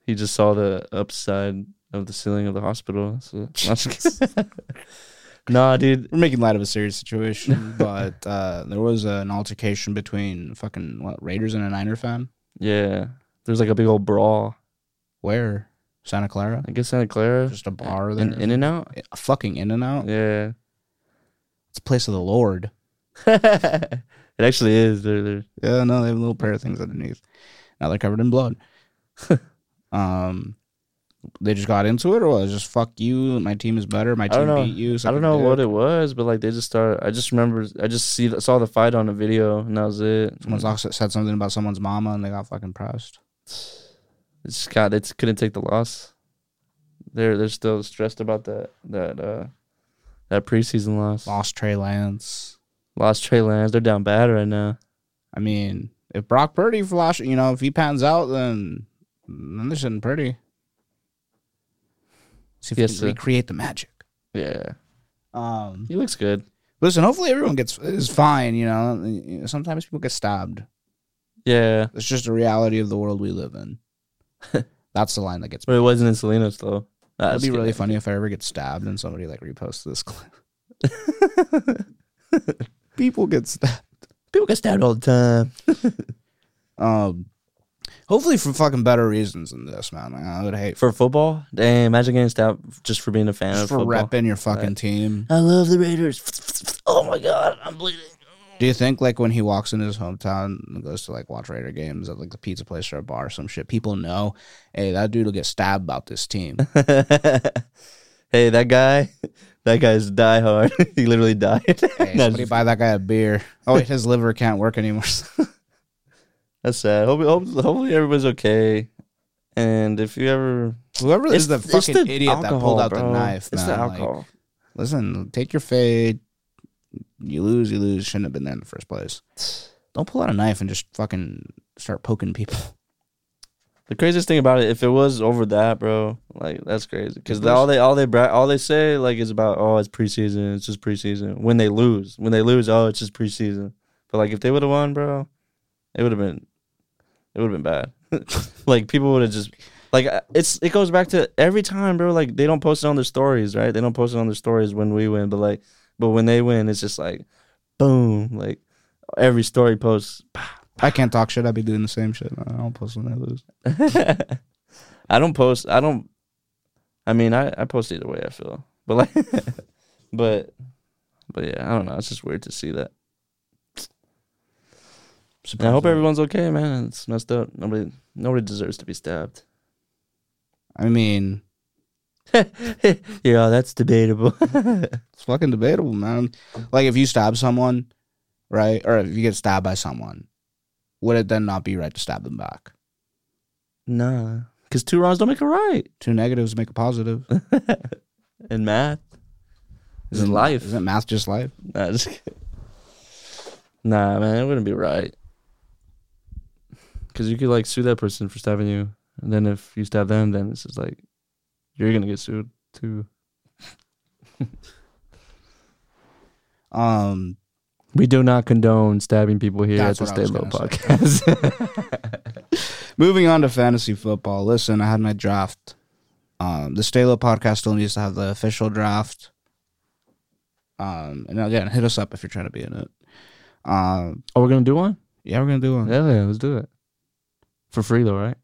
[SPEAKER 2] He just saw the upside of the ceiling of the hospital. So [laughs] I'm just kidding. nah,
[SPEAKER 1] [laughs]
[SPEAKER 2] dude.
[SPEAKER 1] We're making light of a serious situation, [laughs] but uh, there was an altercation between fucking what, Raiders and a Niner fan.
[SPEAKER 2] Yeah. There's like a big old brawl.
[SPEAKER 1] Where? Santa Clara?
[SPEAKER 2] I guess Santa Clara.
[SPEAKER 1] Just a bar there.
[SPEAKER 2] In in
[SPEAKER 1] [laughs]
[SPEAKER 2] and out?
[SPEAKER 1] a fucking In and Out.
[SPEAKER 2] Yeah.
[SPEAKER 1] It's a place of the Lord.
[SPEAKER 2] [laughs] it actually is. They're, they're
[SPEAKER 1] Yeah, no, they have a little pair of things underneath. Now they're covered in [laughs] blood. um, they just got into it, or was it just fuck you? My team is better. My
[SPEAKER 2] don't
[SPEAKER 1] team
[SPEAKER 2] know.
[SPEAKER 1] beat you.
[SPEAKER 2] I don't know what it was, but like they just started. I just remember. I just see saw the fight on the video, and that was it.
[SPEAKER 1] Someone said something about someone's mama, and they got fucking pressed.
[SPEAKER 2] It's just kind. They just couldn't take the loss. They're they're still stressed about that that uh that preseason loss.
[SPEAKER 1] Lost Trey Lance.
[SPEAKER 2] Lost Trey Lance. They're down bad right now.
[SPEAKER 1] I mean, if Brock Purdy flash, you know, if he pans out, then then they're sitting pretty. See if
[SPEAKER 2] Yes,
[SPEAKER 1] we can
[SPEAKER 2] sir.
[SPEAKER 1] recreate the magic.
[SPEAKER 2] Yeah,
[SPEAKER 1] Um,
[SPEAKER 2] he looks good.
[SPEAKER 1] listen, hopefully everyone gets is fine. You know, sometimes people get stabbed.
[SPEAKER 2] Yeah,
[SPEAKER 1] It's just a reality of the world we live
[SPEAKER 2] [laughs]
[SPEAKER 1] in. That's the line that gets me.
[SPEAKER 2] but it wasn't in Salinas though.
[SPEAKER 1] It'd
[SPEAKER 2] That'd
[SPEAKER 1] be really funny if I ever get stabbed and somebody like reposts this clip.
[SPEAKER 2] [laughs]
[SPEAKER 1] [laughs] People get stabbed.
[SPEAKER 2] People get stabbed all the time.
[SPEAKER 1] Um, hopefully for fucking better reasons than this, man. Like, I would hate
[SPEAKER 2] For football, damn! Imagine getting stabbed just for being a fan
[SPEAKER 1] just
[SPEAKER 2] of
[SPEAKER 1] for
[SPEAKER 2] football.
[SPEAKER 1] repping your fucking team.
[SPEAKER 2] I love the Raiders. Oh my god, I'm bleeding.
[SPEAKER 1] Do you think like when he walks in his hometown and goes to like watch Raider games at like the pizza place or a bar or some shit, people know, hey, that dude will get stabbed about this
[SPEAKER 2] [laughs]
[SPEAKER 1] team.
[SPEAKER 2] hey, that guy, that guy's die hard. [laughs] he literally died.
[SPEAKER 1] Hey,
[SPEAKER 2] No,
[SPEAKER 1] somebody buy that guy a beer. Oh wait, his liver can't work anymore. [laughs]
[SPEAKER 2] that's sad. Hope, hope, hopefully everybody's okay. And if you ever,
[SPEAKER 1] Whoever is the
[SPEAKER 2] it's
[SPEAKER 1] fucking idiot that pulled out
[SPEAKER 2] bro.
[SPEAKER 1] the knife,
[SPEAKER 2] It's
[SPEAKER 1] man.
[SPEAKER 2] the
[SPEAKER 1] like,
[SPEAKER 2] alcohol.
[SPEAKER 1] listen, take your fade. You lose, you lose. Shouldn't have been there in the first place. Don't pull out a knife and just fucking start poking people.
[SPEAKER 2] The craziest thing about it, if it was over that, bro, like that's crazy. Because
[SPEAKER 1] It was-
[SPEAKER 2] all they all they bra- all they say like is about oh it's preseason, it's just preseason. When they lose, when they lose, oh it's just preseason. But like if they would have won, bro, it would have been, it would have been bad. [laughs] like people would have just like I- it's it goes back to every time, bro. Like they don't post it on their stories, right? They don't post it on their stories when we win, but like but when they win, it's just like boom, like every story posts.
[SPEAKER 1] I can't talk shit. I'd be doing the same shit. I don't post when I lose.
[SPEAKER 2] I don't post. I don't. I mean, I, I post either way. I feel, but like, [laughs] but, but yeah, I don't know. It's just weird to see that. And I hope everyone's okay, man. It's messed up. Nobody, nobody deserves to be stabbed.
[SPEAKER 1] I mean,
[SPEAKER 2] yeah, that's debatable. [laughs]
[SPEAKER 1] it's fucking debatable, man. Like if you stab someone, right, or if you get stabbed by someone, would it then not be right to stab them back?
[SPEAKER 2] nah, because two wrongs don't make a right.
[SPEAKER 1] Two negatives make a
[SPEAKER 2] [laughs]
[SPEAKER 1] positive.
[SPEAKER 2] In math, this is
[SPEAKER 1] Isn't-
[SPEAKER 2] life.
[SPEAKER 1] Isn't math just life?
[SPEAKER 2] Nah, just kidding. nah, man, it wouldn't be right. Cause you could like sue that person for stabbing you, and then if you stab them, then it's just like you're gonna get sued too.
[SPEAKER 1] Um,
[SPEAKER 2] We do not condone stabbing people here
[SPEAKER 1] That's
[SPEAKER 2] at the
[SPEAKER 1] what I was
[SPEAKER 2] Stay Low
[SPEAKER 1] gonna
[SPEAKER 2] Podcast. [laughs]
[SPEAKER 1] Moving on to fantasy football. Listen, I had my draft. Um, the Stay Low podcast still needs to have the official draft. Um, and again, hit us up if you're trying to be in it. Um,
[SPEAKER 2] oh, we're gonna do one?
[SPEAKER 1] yeah, we're gonna do one.
[SPEAKER 2] Yeah, yeah, let's do it for free though, right?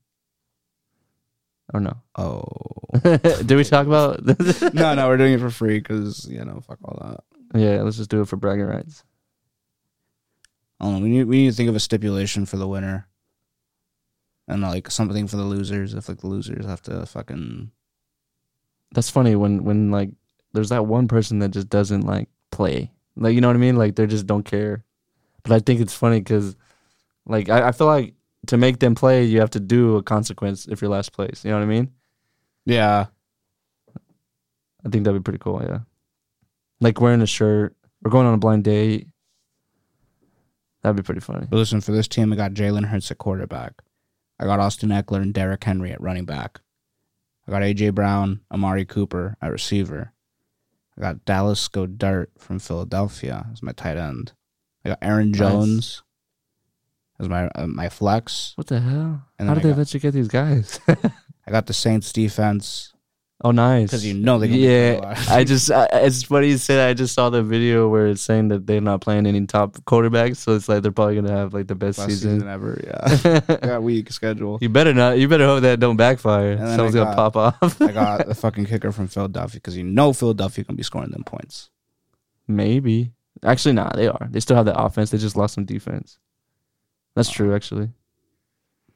[SPEAKER 2] Or no? [laughs]
[SPEAKER 1] Oh
[SPEAKER 2] Did we talk about? [laughs]
[SPEAKER 1] [laughs] no, no, we're doing it for free because you know, fuck all that.
[SPEAKER 2] yeah, let's just do it for bragging rights.
[SPEAKER 1] I don't know. We need we need to think of a stipulation for the winner, and like something for the losers. If like the losers have to fucking
[SPEAKER 2] That's funny when when like there's that one person that just doesn't like play. Like you know what I mean? Like they just don't care. But I think it's funny because like I, I feel like to make them play, you have to do a consequence if you're last place. You know what I mean?
[SPEAKER 1] yeah,
[SPEAKER 2] I think that'd be pretty cool. Yeah, like wearing a shirt or going on a blind date. That'd be pretty funny.
[SPEAKER 1] But listen, for this team, I got Jalen Hurts at quarterback. I got Austin Eckler and Derrick Henry at running back. I got AJ Brown, Amari Cooper at receiver. I got Dallas Godart from Philadelphia as my tight end. I got Aaron
[SPEAKER 2] Nice.
[SPEAKER 1] Jones as my uh, my flex.
[SPEAKER 2] What the hell?
[SPEAKER 1] And then I
[SPEAKER 2] How did they
[SPEAKER 1] got-
[SPEAKER 2] let you get these guys? [laughs]
[SPEAKER 1] I got the Saints defense
[SPEAKER 2] oh, nice.
[SPEAKER 1] because you know they. [laughs]
[SPEAKER 2] yeah, I just I, it's funny you said. I just saw the video where it's saying that they're not playing any top quarterbacks, so it's like they're probably gonna have like the best
[SPEAKER 1] last season.
[SPEAKER 2] season.
[SPEAKER 1] ever. [laughs] Yeah, I got weak schedule.
[SPEAKER 2] [laughs] you better not. You better hope that don't backfire.
[SPEAKER 1] then I
[SPEAKER 2] Someone's gonna
[SPEAKER 1] got-
[SPEAKER 2] pop off. [laughs]
[SPEAKER 1] I got the fucking kicker from Philadelphia because you know Philadelphia gonna be scoring them points.
[SPEAKER 2] Maybe. Actually, nah, they are. They still have the offense. They just lost some defense. That's true, actually. [laughs]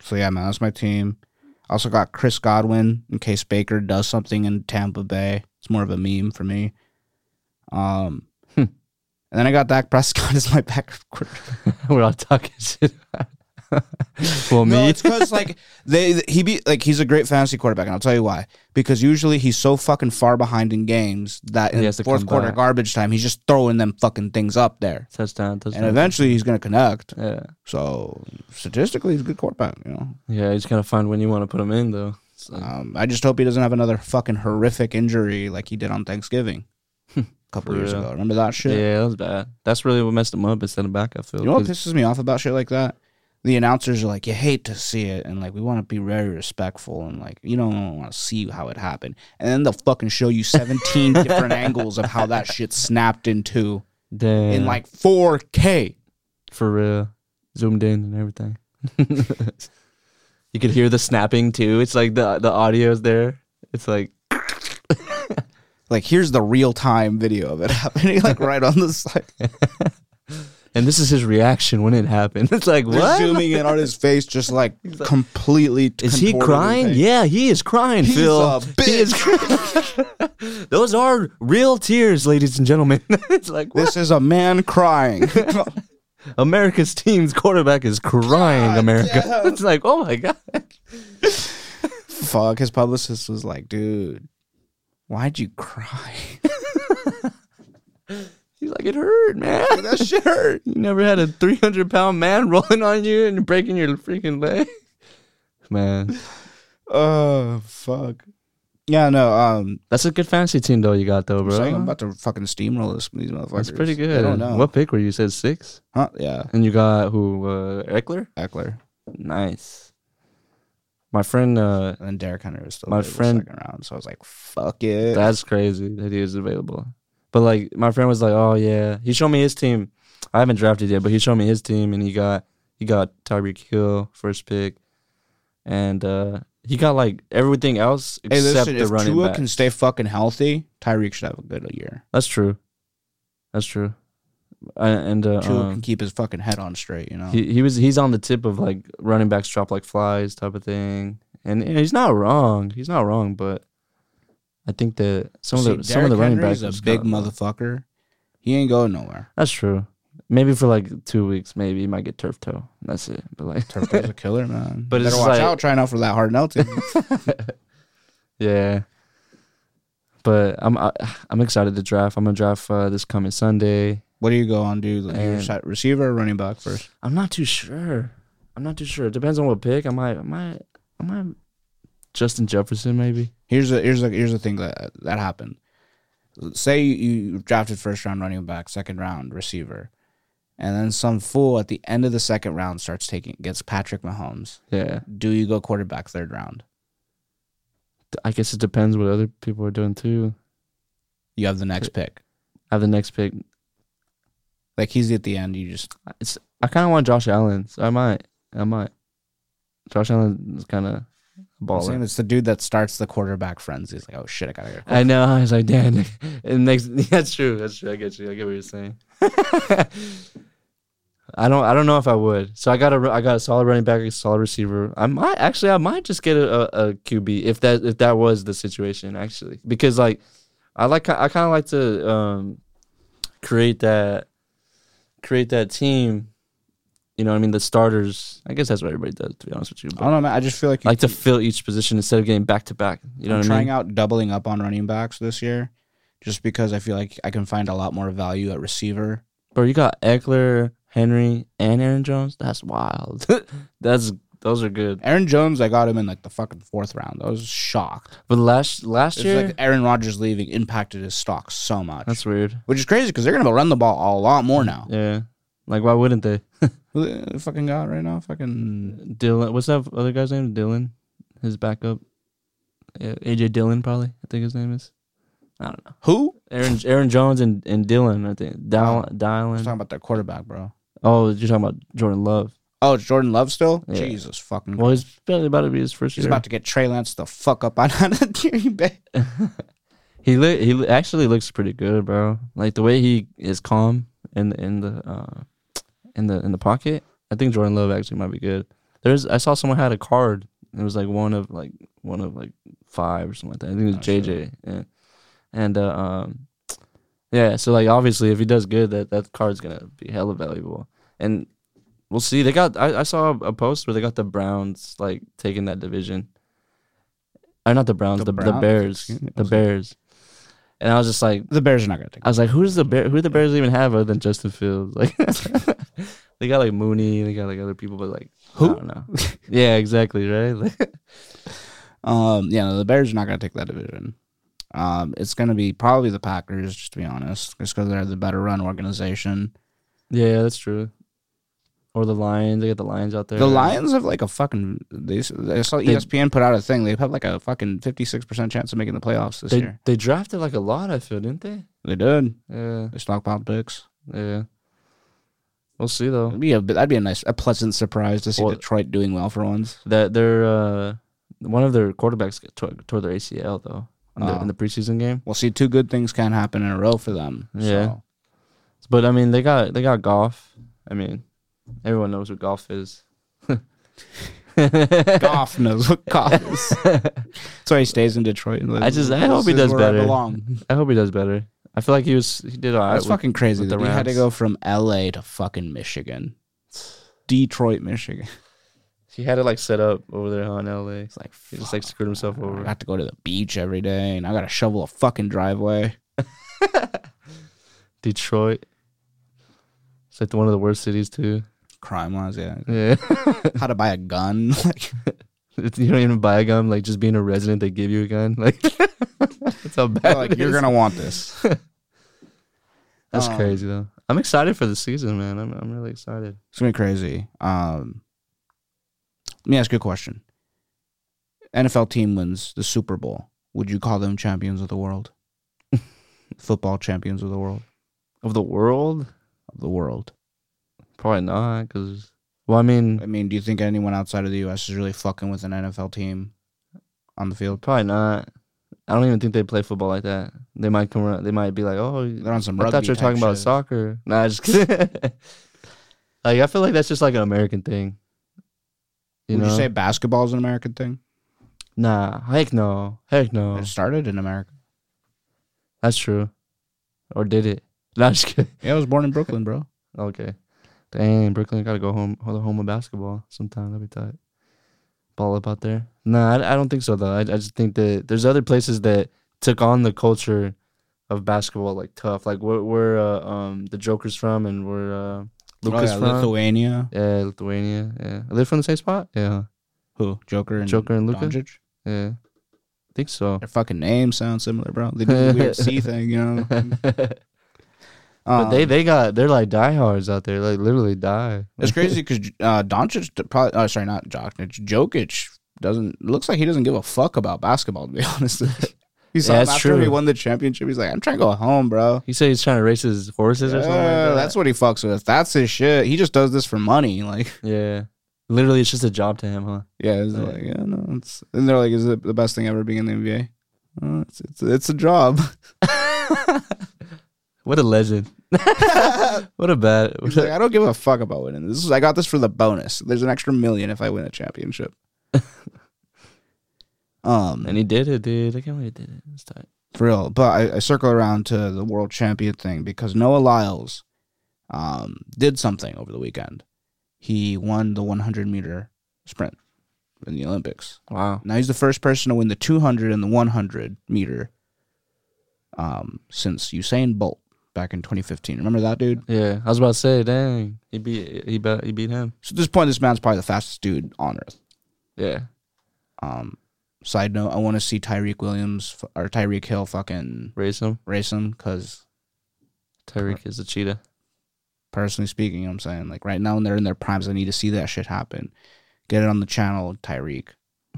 [SPEAKER 1] So yeah, man, that's my team. Also got Chris Godwin in case Baker does something in Tampa Bay. It's more of a meme for me. Um,
[SPEAKER 2] Hmm.
[SPEAKER 1] and then I got Dak Prescott as my [laughs] backup quarterback.
[SPEAKER 2] We're all talking [laughs] shit. about- [laughs] well,
[SPEAKER 1] No,
[SPEAKER 2] me.
[SPEAKER 1] it's because
[SPEAKER 2] [laughs]
[SPEAKER 1] like they he be like he's a great fantasy quarterback, and I'll tell you why. Because usually he's so fucking far behind in games that in
[SPEAKER 2] He
[SPEAKER 1] the
[SPEAKER 2] has to
[SPEAKER 1] fourth
[SPEAKER 2] come
[SPEAKER 1] quarter
[SPEAKER 2] back.
[SPEAKER 1] garbage time he's just throwing them fucking things up there,
[SPEAKER 2] touchdown, touchdown.
[SPEAKER 1] and eventually he's gonna connect.
[SPEAKER 2] yeah,
[SPEAKER 1] So statistically, he's a good quarterback. You know,
[SPEAKER 2] yeah. You just gotta find when you want to put him in, though. It's like-
[SPEAKER 1] Um, I just hope he doesn't have another fucking horrific injury like he did on Thanksgiving [laughs] a couple
[SPEAKER 2] For
[SPEAKER 1] years
[SPEAKER 2] real.
[SPEAKER 1] ago. Remember that shit?
[SPEAKER 2] Yeah, that was bad. That's really what messed him up instead of backup field.
[SPEAKER 1] You know what
[SPEAKER 2] 'cause-
[SPEAKER 1] pisses me off about shit like that? The announcers are like, you hate to see it, and like we want to be very respectful, and like you don't want to see how it happened, and then they'll fucking show you
[SPEAKER 2] [laughs]
[SPEAKER 1] seventeen different angles of how that shit snapped in two
[SPEAKER 2] Damn.
[SPEAKER 1] in like four K.
[SPEAKER 2] for real, zoomed in and everything. [laughs] you could hear the snapping too. It's like the the audio's there. It's like
[SPEAKER 1] Like here's the real time video of it [laughs] happening, like right on the [laughs] side.
[SPEAKER 2] and this is his reaction when it happened. [laughs] It's like
[SPEAKER 1] They're
[SPEAKER 2] what?
[SPEAKER 1] zooming in on his face, just
[SPEAKER 2] [laughs]
[SPEAKER 1] like completely.
[SPEAKER 2] Is he
[SPEAKER 1] contorted
[SPEAKER 2] crying?
[SPEAKER 1] and-
[SPEAKER 2] Yeah, he is crying,
[SPEAKER 1] He's
[SPEAKER 2] Phil.
[SPEAKER 1] a
[SPEAKER 2] He is cry- [laughs] Those are real tears, ladies and gentlemen. [laughs] it's like what?
[SPEAKER 1] This is a
[SPEAKER 2] [laughs]
[SPEAKER 1] man crying.
[SPEAKER 2] America's team's quarterback is crying, America. [laughs] It's like, oh my god.
[SPEAKER 1] Fuck, his publicist was like, dude, why'd you cry?
[SPEAKER 2] He's like, it hurt, man.
[SPEAKER 1] that shit hurt.
[SPEAKER 2] [laughs] You never had a 300 pound man [laughs] rolling on you and breaking your freaking leg? Man,
[SPEAKER 1] Oh, fuck. Yeah, no, um,
[SPEAKER 2] that's a good fantasy team, though, you got, though, bro.
[SPEAKER 1] so I'm about to fucking steamroll this, these motherfuckers.
[SPEAKER 2] that's pretty good.
[SPEAKER 1] I don't know.
[SPEAKER 2] What pick were you? You said six?
[SPEAKER 1] Huh? Yeah,
[SPEAKER 2] And you got who? Uh, Eckler?
[SPEAKER 1] Eckler.
[SPEAKER 2] Nice. My friend, uh,
[SPEAKER 1] And then Derek Henry was still
[SPEAKER 2] My
[SPEAKER 1] my friend.
[SPEAKER 2] friend-
[SPEAKER 1] second round, so I was like, fuck it.
[SPEAKER 2] [laughs] that's crazy that he is available. But, like, my friend was like, oh, yeah. He showed me his team. I haven't drafted yet, but he showed me his team, and he got he got Tyreek Hill, first pick. And uh, he got, like, everything else
[SPEAKER 1] hey,
[SPEAKER 2] except
[SPEAKER 1] listen,
[SPEAKER 2] the
[SPEAKER 1] if
[SPEAKER 2] running
[SPEAKER 1] Tua
[SPEAKER 2] back.
[SPEAKER 1] can stay fucking healthy, Tyreek should have a good year.
[SPEAKER 2] That's true. That's true. I, and uh,
[SPEAKER 1] Tua
[SPEAKER 2] um,
[SPEAKER 1] can keep his fucking head on straight, you know?
[SPEAKER 2] he he was he's on the tip of like running backs drop like flies type of thing, and, and he's not wrong. He's not wrong, but I think that some of the
[SPEAKER 1] See,
[SPEAKER 2] some of the
[SPEAKER 1] Derrick
[SPEAKER 2] running
[SPEAKER 1] Henry's a
[SPEAKER 2] backs just
[SPEAKER 1] big
[SPEAKER 2] kinda-
[SPEAKER 1] motherfucker. He ain't going nowhere.
[SPEAKER 2] That's true. Maybe for like two weeks, maybe he might get turf toe. That's it. But like, [laughs]
[SPEAKER 1] Turbo's a killer, man.
[SPEAKER 2] But it's
[SPEAKER 1] Better
[SPEAKER 2] just
[SPEAKER 1] watch
[SPEAKER 2] like-
[SPEAKER 1] out trying out for that hard nut.
[SPEAKER 2] yeah. But I'm I, I'm excited to draft. I'm gonna draft uh, this coming Sunday.
[SPEAKER 1] What do you go on, dude? Like,
[SPEAKER 2] [laughs]
[SPEAKER 1] you
[SPEAKER 2] And-
[SPEAKER 1] decide- receiver or running back first?
[SPEAKER 2] I'm not too sure. I'm not too sure. It depends on what pick. I might, I might, I might. Justin Jefferson, maybe.
[SPEAKER 1] Here's a here's a here's the thing that that happened. Say you, you drafted first round running back, second round receiver, and then some fool at the end of the second round starts taking gets Patrick Mahomes.
[SPEAKER 2] Yeah,
[SPEAKER 1] Do you go quarterback third round?
[SPEAKER 2] D- I guess it depends what other people are doing too.
[SPEAKER 1] You have the next pick.
[SPEAKER 2] I have the next pick.
[SPEAKER 1] Like he's at the end. You just
[SPEAKER 2] It's I kind of want Josh Allen, so I might, I might. Josh Allen is kind of
[SPEAKER 1] I'm saying
[SPEAKER 2] Baller.
[SPEAKER 1] it's the dude that starts the quarterback frenzy. He's like, oh shit, I gotta go.
[SPEAKER 2] I know. [laughs] I was like, damn. And next, [laughs] that's true. That's true. I get you. I get what you're saying. [laughs] I don't. I don't know if I would. So I got a. I got a solid running back, a solid receiver. I might actually. I might just get a, a, a QB if that if that was the situation actually. Because like, I like. I kind of like to um, create that, create that team. You know, what I mean, the starters. I guess that's what everybody does. To be honest with you,
[SPEAKER 1] I
[SPEAKER 2] but
[SPEAKER 1] don't know, man. I just feel like you
[SPEAKER 2] like to fill each position instead of getting back to back. You know
[SPEAKER 1] I'm
[SPEAKER 2] what I mean?
[SPEAKER 1] trying out doubling up on running backs this year, just because I feel like I can find a lot more value at receiver.
[SPEAKER 2] Bro, you got Eckler, Henry, and Aaron Jones. That's wild. [laughs] That's those are good.
[SPEAKER 1] Aaron Jones, I got him in like the fucking fourth round. I was shocked.
[SPEAKER 2] But last last
[SPEAKER 1] It's
[SPEAKER 2] year,
[SPEAKER 1] like Aaron Rodgers leaving impacted his stock so much,
[SPEAKER 2] that's weird.
[SPEAKER 1] which is crazy because they're gonna run the ball a lot more now.
[SPEAKER 2] Yeah, like why wouldn't they?
[SPEAKER 1] Who they fucking got right now? Fucking
[SPEAKER 2] Dylan, what's that other guy's name? Dylan, his backup, yeah, AJ Dylan, probably. I think his name is. I don't know.
[SPEAKER 1] who?
[SPEAKER 2] Aaron Aaron Jones and, and Dylan. I think
[SPEAKER 1] Oh.
[SPEAKER 2] Dylan.
[SPEAKER 1] I'm talking
[SPEAKER 2] Dylan.
[SPEAKER 1] about their quarterback, bro.
[SPEAKER 2] Oh, you're talking about Jordan Love.
[SPEAKER 1] Oh, it's Jordan Love still?
[SPEAKER 2] Yeah.
[SPEAKER 1] Jesus fucking.
[SPEAKER 2] Well, he's barely about to be his first
[SPEAKER 1] He's
[SPEAKER 2] year.
[SPEAKER 1] about to get Trey Lance the fuck up out [laughs] of Green Bay.
[SPEAKER 2] He li- he li- actually looks pretty good, bro. Like the way he is calm in the in the uh, in the in the pocket. I think Jordan Love actually might be good. There's I saw someone had a card. It was like one of like one of like five or something like that. I think it was
[SPEAKER 1] Oh, shit.
[SPEAKER 2] JJ. Yeah. And uh, um, yeah. So like obviously, if he does good, that that card's gonna be hella valuable. And we'll see. They got I, I saw a post where they got the Browns like taking that division. Or not the Browns,
[SPEAKER 1] The
[SPEAKER 2] the, the
[SPEAKER 1] Browns?
[SPEAKER 2] Bears,
[SPEAKER 1] Excuse me.
[SPEAKER 2] the Bears. And I was just like,
[SPEAKER 1] The Bears are not gonna take.
[SPEAKER 2] I was like, who does the bear? Who do the Bears even have other than Justin Fields? Like, [laughs] they got like Mooney, they got like other people, but like,
[SPEAKER 1] Who?
[SPEAKER 2] I don't know. yeah, exactly, right? Like, [laughs]
[SPEAKER 1] Um, yeah, no, the Bears are not going to take that division. Um, it's going to be probably the Packers, just to be honest, just because they're the better run organization.
[SPEAKER 2] yeah, that's true. Or the Lions, they got the Lions out there.
[SPEAKER 1] The Lions have like a fucking. They, s- I saw ESPN put out a thing. They have like a fucking fifty six percent chance of making the playoffs this
[SPEAKER 2] they
[SPEAKER 1] year.
[SPEAKER 2] they drafted like a lot. I feel, didn't they?
[SPEAKER 1] They did.
[SPEAKER 2] Yeah,
[SPEAKER 1] They stockpiled picks.
[SPEAKER 2] yeah. We'll see though.
[SPEAKER 1] That'd be a, that'd be a nice, a pleasant surprise to see
[SPEAKER 2] Well-
[SPEAKER 1] Detroit doing well for once.
[SPEAKER 2] That their uh, one of their quarterbacks got tore, tore their ACL though in the,
[SPEAKER 1] Oh.
[SPEAKER 2] in the preseason game.
[SPEAKER 1] We'll see. Two good things can happen in a row for them.
[SPEAKER 2] Yeah.
[SPEAKER 1] So.
[SPEAKER 2] But I mean, they got they got golf. I mean, everyone knows what golf is. [laughs]
[SPEAKER 1] Goff knows
[SPEAKER 2] [laughs]
[SPEAKER 1] what Goff is. That's why he stays in Detroit. And lives.
[SPEAKER 2] I just- I hope
[SPEAKER 1] This
[SPEAKER 2] he
[SPEAKER 1] is
[SPEAKER 2] does
[SPEAKER 1] where I
[SPEAKER 2] better.
[SPEAKER 1] belong.
[SPEAKER 2] I hope he does better. I feel like he was he did [laughs] all right.
[SPEAKER 1] That's
[SPEAKER 2] with-
[SPEAKER 1] fucking crazy.
[SPEAKER 2] with
[SPEAKER 1] That
[SPEAKER 2] the
[SPEAKER 1] he had to
[SPEAKER 2] Rams.
[SPEAKER 1] go from L.A. to fucking Michigan, Detroit, Michigan. [laughs]
[SPEAKER 2] he had it like set up over there on LA.
[SPEAKER 1] It's like
[SPEAKER 2] He
[SPEAKER 1] fuck,
[SPEAKER 2] just like screwed himself
[SPEAKER 1] I
[SPEAKER 2] over.
[SPEAKER 1] got to go to the beach every day, and I got to shovel a fucking driveway.
[SPEAKER 2] Detroit. It's like one of the worst cities too.
[SPEAKER 1] Crime wise, yeah.
[SPEAKER 2] Yeah, [laughs]
[SPEAKER 1] How to buy a gun? [laughs] like
[SPEAKER 2] It's- you don't even buy a gun. Like just being a resident, they give you a gun. [laughs] Like that's how
[SPEAKER 1] they're
[SPEAKER 2] bad.
[SPEAKER 1] like,
[SPEAKER 2] it
[SPEAKER 1] you're
[SPEAKER 2] is.
[SPEAKER 1] gonna want this.
[SPEAKER 2] That's
[SPEAKER 1] um,
[SPEAKER 2] crazy though. I'm excited for the season, man. I'm I'm really excited.
[SPEAKER 1] It's gonna be crazy. Um, let me ask you a question. NFL team wins the Super Bowl. Would you call them champions of the world? [laughs] Football champions of the world
[SPEAKER 2] Of the world,
[SPEAKER 1] of the world.
[SPEAKER 2] probably not. Because well, I mean,
[SPEAKER 1] I mean, do you think anyone outside of the U.S. is really fucking with an NFL team on the field?
[SPEAKER 2] Probably not. I don't even think they play football like that. They might come around. They might be like, "Oh,
[SPEAKER 1] They're on some
[SPEAKER 2] I
[SPEAKER 1] rugby.
[SPEAKER 2] thought you were
[SPEAKER 1] type
[SPEAKER 2] talking about
[SPEAKER 1] shit.
[SPEAKER 2] soccer." Nah, just like I feel [laughs] like that's just like an American thing. You
[SPEAKER 1] Would
[SPEAKER 2] know?
[SPEAKER 1] you say basketball is an American thing?
[SPEAKER 2] Nah, heck no, heck no.
[SPEAKER 1] It started in America.
[SPEAKER 2] That's true. Or did it? Nah, just kidding.
[SPEAKER 1] Yeah, I was born in Brooklyn, bro.
[SPEAKER 2] Okay. Dang, Brooklyn gotta go home. Hold home of basketball sometime. That'd be tight. Ball up out there. Nah, I, I don't think so though. I, I just think that there's other places that took on the culture of basketball like tough. Like where where uh, um the Joker's from and where uh, Lucas
[SPEAKER 1] oh, yeah,
[SPEAKER 2] from.
[SPEAKER 1] Lithuania.
[SPEAKER 2] yeah, Lithuania. Yeah, are they from the same spot? Yeah,
[SPEAKER 1] Who? Joker and
[SPEAKER 2] Joker and Luka?
[SPEAKER 1] Doncic?
[SPEAKER 2] yeah. I think so.
[SPEAKER 1] Their fucking names sound similar, bro. They do
[SPEAKER 2] [laughs]
[SPEAKER 1] the weird C thing, you know.
[SPEAKER 2] but
[SPEAKER 1] Um,
[SPEAKER 2] they they got they're like diehards out there. Like literally die.
[SPEAKER 1] it's crazy because uh, Doncic d- probably. Oh, sorry, not Jokic. Jokic doesn't. Looks like he doesn't give a fuck about basketball. To be [laughs] honest, he's
[SPEAKER 2] Yeah,
[SPEAKER 1] yeah,
[SPEAKER 2] that's
[SPEAKER 1] after he
[SPEAKER 2] true.
[SPEAKER 1] won the championship. He's like, I'm trying to go home, bro.
[SPEAKER 2] He said he's trying to race his horses or something.
[SPEAKER 1] Yeah,
[SPEAKER 2] Like that.
[SPEAKER 1] That's what he fucks with. That's his shit. He just does this for money. [laughs] Like
[SPEAKER 2] Yeah. Literally, it's just a job to him, huh?
[SPEAKER 1] Yeah, it's
[SPEAKER 2] Yeah.
[SPEAKER 1] like yeah, no, it's and they're like, is it the best thing ever being in the NBA? Uh, it's, it's it's a job. [laughs]
[SPEAKER 2] What a legend. what a bad.
[SPEAKER 1] He's like, I don't give a fuck about winning. This is I got this for the bonus. There's an extra million if I win a championship. um,
[SPEAKER 2] [laughs] and he did it, dude. I can't believe he did it. It's tight.
[SPEAKER 1] for real. But I, I circle around to the world champion thing because Noah Lyles, um, did something over the weekend. He won the 100 meter sprint in the Olympics.
[SPEAKER 2] Wow.
[SPEAKER 1] Now he's the first person to win the 200 and the 100 meter um, since Usain Bolt back in 2015. Remember that dude?
[SPEAKER 2] Yeah, I was about to say, dang, he beat he beat he beat him.
[SPEAKER 1] So at this point, this man's probably the fastest dude on earth.
[SPEAKER 2] Yeah.
[SPEAKER 1] Um, side note: I want to see Tyreek Williams f- or Tyreek Hill fucking
[SPEAKER 2] Raise him.
[SPEAKER 1] race him because,
[SPEAKER 2] Tyreek is a cheetah.
[SPEAKER 1] personally speaking, you know what I'm saying like right now when they're in their primes, I need to see that shit happen. Get it on the channel, Tyreek.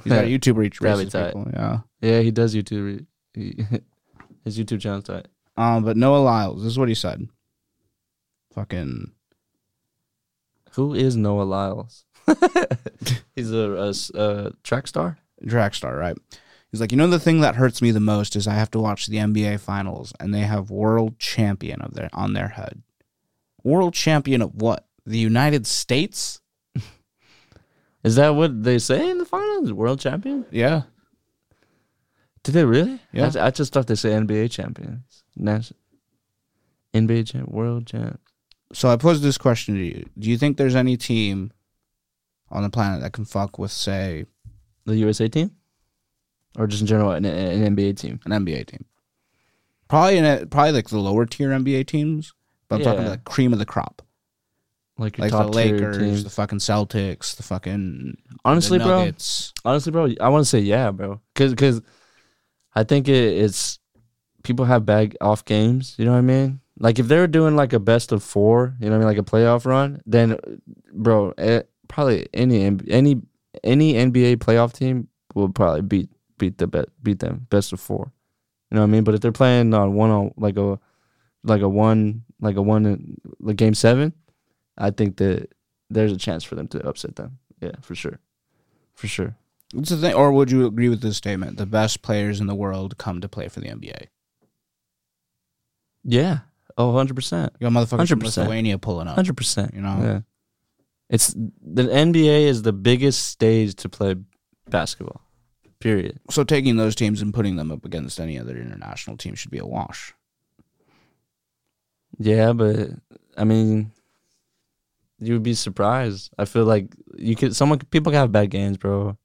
[SPEAKER 1] He's got a YouTube reach.
[SPEAKER 2] That'd be
[SPEAKER 1] races
[SPEAKER 2] tight.
[SPEAKER 1] people, yeah.
[SPEAKER 2] Yeah, he does YouTube. He, [laughs] his YouTube channel's tight.
[SPEAKER 1] Um, but Noah Lyles, this is what he said. Fucking
[SPEAKER 2] Who is Noah Lyles? [laughs] He's a, a s- a track star.
[SPEAKER 1] track star, right? He's like, you know, the thing that hurts me the most is I have to watch the NBA finals and they have world champion of their on their head. World champion of what? The United States?
[SPEAKER 2] Is that what they say in the finals? World champion?
[SPEAKER 1] Yeah.
[SPEAKER 2] Did they really?
[SPEAKER 1] Yeah.
[SPEAKER 2] I, ju- I just thought they say NBA champions. Nas- NBA champ, world champ.
[SPEAKER 1] So I posed this question to you: Do you think there's any team on the planet that can fuck with, say,
[SPEAKER 2] The USA team, or just in general an, an NBA team?
[SPEAKER 1] an NBA team? Probably, in a, probably like the lower tier NBA teams, but I'm talking
[SPEAKER 2] Yeah.
[SPEAKER 1] the cream of the crop,
[SPEAKER 2] Like your
[SPEAKER 1] like the
[SPEAKER 2] top tier
[SPEAKER 1] Lakers,
[SPEAKER 2] teams.
[SPEAKER 1] the fucking Celtics, the fucking
[SPEAKER 2] Honestly,
[SPEAKER 1] the
[SPEAKER 2] bro.
[SPEAKER 1] Nuggets.
[SPEAKER 2] Honestly, bro. I want to say yeah, bro. Cause, 'cause I think it, it's people have bag off games. You know what I mean? Like if they were doing like a best of four, you know what I mean, like a playoff run, then, bro, eh, probably any N- any any NBA playoff team will probably beat beat the bet beat them best of four. You know what I mean? But if they're playing on one on like a like a one like a one in- like game seven, I think that there's a chance for them to upset them. Yeah, for sure, for sure.
[SPEAKER 1] What's the thing, or would you agree with this statement? The best players in the world come to play for the NBA.
[SPEAKER 2] Yeah. Oh, 100%.
[SPEAKER 1] You got motherfuckers from
[SPEAKER 2] 100%.
[SPEAKER 1] Lithuania pulling up.
[SPEAKER 2] 100%.
[SPEAKER 1] You know?
[SPEAKER 2] Yeah. It's the NBA is the biggest stage to play basketball. Period.
[SPEAKER 1] So taking those teams and putting them up against any other international team should be a wash.
[SPEAKER 2] Yeah, but I mean you would be surprised. I feel like you could someone people can have bad games, bro. You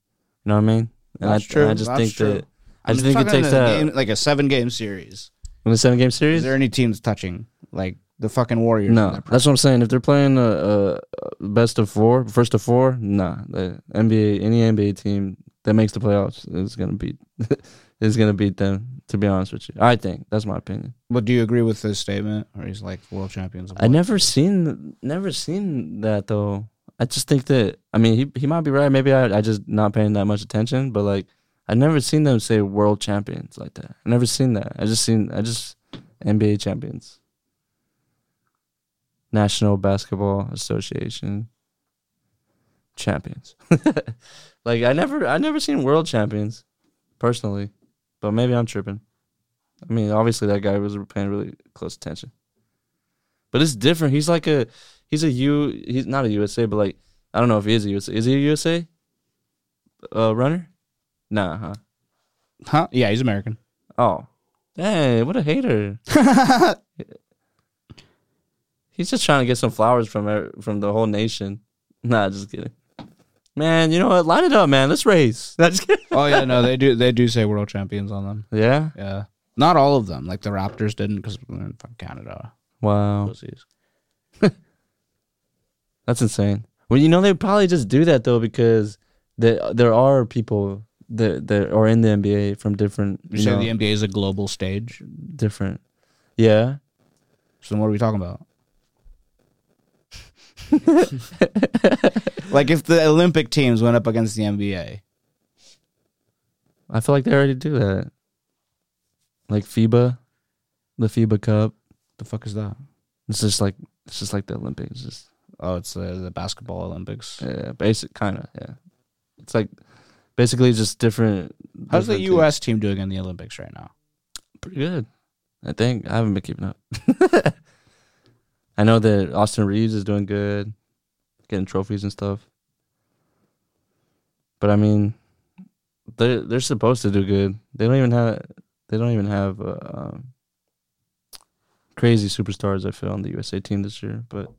[SPEAKER 2] know what I mean? And I,
[SPEAKER 1] That's true.
[SPEAKER 2] and I just
[SPEAKER 1] That's
[SPEAKER 2] think
[SPEAKER 1] true.
[SPEAKER 2] that I just think it takes that
[SPEAKER 1] game, like a seven game series.
[SPEAKER 2] in the seven game series.
[SPEAKER 1] Is there any teams touching like the fucking Warriors? in
[SPEAKER 2] No,
[SPEAKER 1] their prime?
[SPEAKER 2] that's what I'm saying. If they're playing a, a a best of four, first of four, nah. The NBA, any NBA team that makes the playoffs is gonna beat [laughs] is gonna beat them. To be honest with you, I think that's my opinion.
[SPEAKER 1] But do you agree with this statement? Or he's like world champions? Of
[SPEAKER 2] I never seen never seen that though. I just think that I mean he he might be right. Maybe I I just not paying that much attention, but like I never seen them say world champions like that. I never seen that. I just seen I just NBA champions. National Basketball Association champions. [laughs] like I never I never seen world champions personally, but maybe I'm tripping. I mean, obviously that guy was paying really close attention. But it's different. He's like a he's a U he's not a USA, but like I don't know if he is a USA. Is he a USA uh runner? Nah, huh?
[SPEAKER 1] Huh? Yeah, he's American.
[SPEAKER 2] Oh. Dang, what a hater. He's just trying to get some flowers from er- from the whole nation. Nah, just kidding. Man, you know what? Line it up, man. Let's race. Nah, just kidding.
[SPEAKER 1] oh yeah, no, they do. They do say world champions on them.
[SPEAKER 2] Yeah.
[SPEAKER 1] Yeah, not all of them. Like the Raptors didn't because from Canada.
[SPEAKER 2] Wow.
[SPEAKER 1] Pussies.
[SPEAKER 2] That's insane. Well, you know they probably just do that though because there there are people that that are in the NBA from different
[SPEAKER 1] You
[SPEAKER 2] you
[SPEAKER 1] say
[SPEAKER 2] know,
[SPEAKER 1] the NBA is a global stage.
[SPEAKER 2] different. Yeah.
[SPEAKER 1] So then what are we talking
[SPEAKER 2] [laughs]
[SPEAKER 1] about? like if the Olympic teams went up against the NBA,
[SPEAKER 2] I feel like they already do that. Like FIBA, the FIBA Cup.
[SPEAKER 1] the fuck is that?
[SPEAKER 2] It's just like it's just like the Olympics. It's just
[SPEAKER 1] Oh, it's the, the basketball Olympics.
[SPEAKER 2] Yeah, basic kind of. Yeah, it's like basically just different.
[SPEAKER 1] How's the
[SPEAKER 2] different teams.
[SPEAKER 1] U.S. team doing in the Olympics right now?
[SPEAKER 2] Pretty good, I think. I haven't been keeping up. [laughs] I know that Austin Reeves is doing good, getting trophies and stuff. But I mean, they they're supposed to do good. They don't even have they don't even have uh, um, crazy superstars. I feel on the USA team this year, but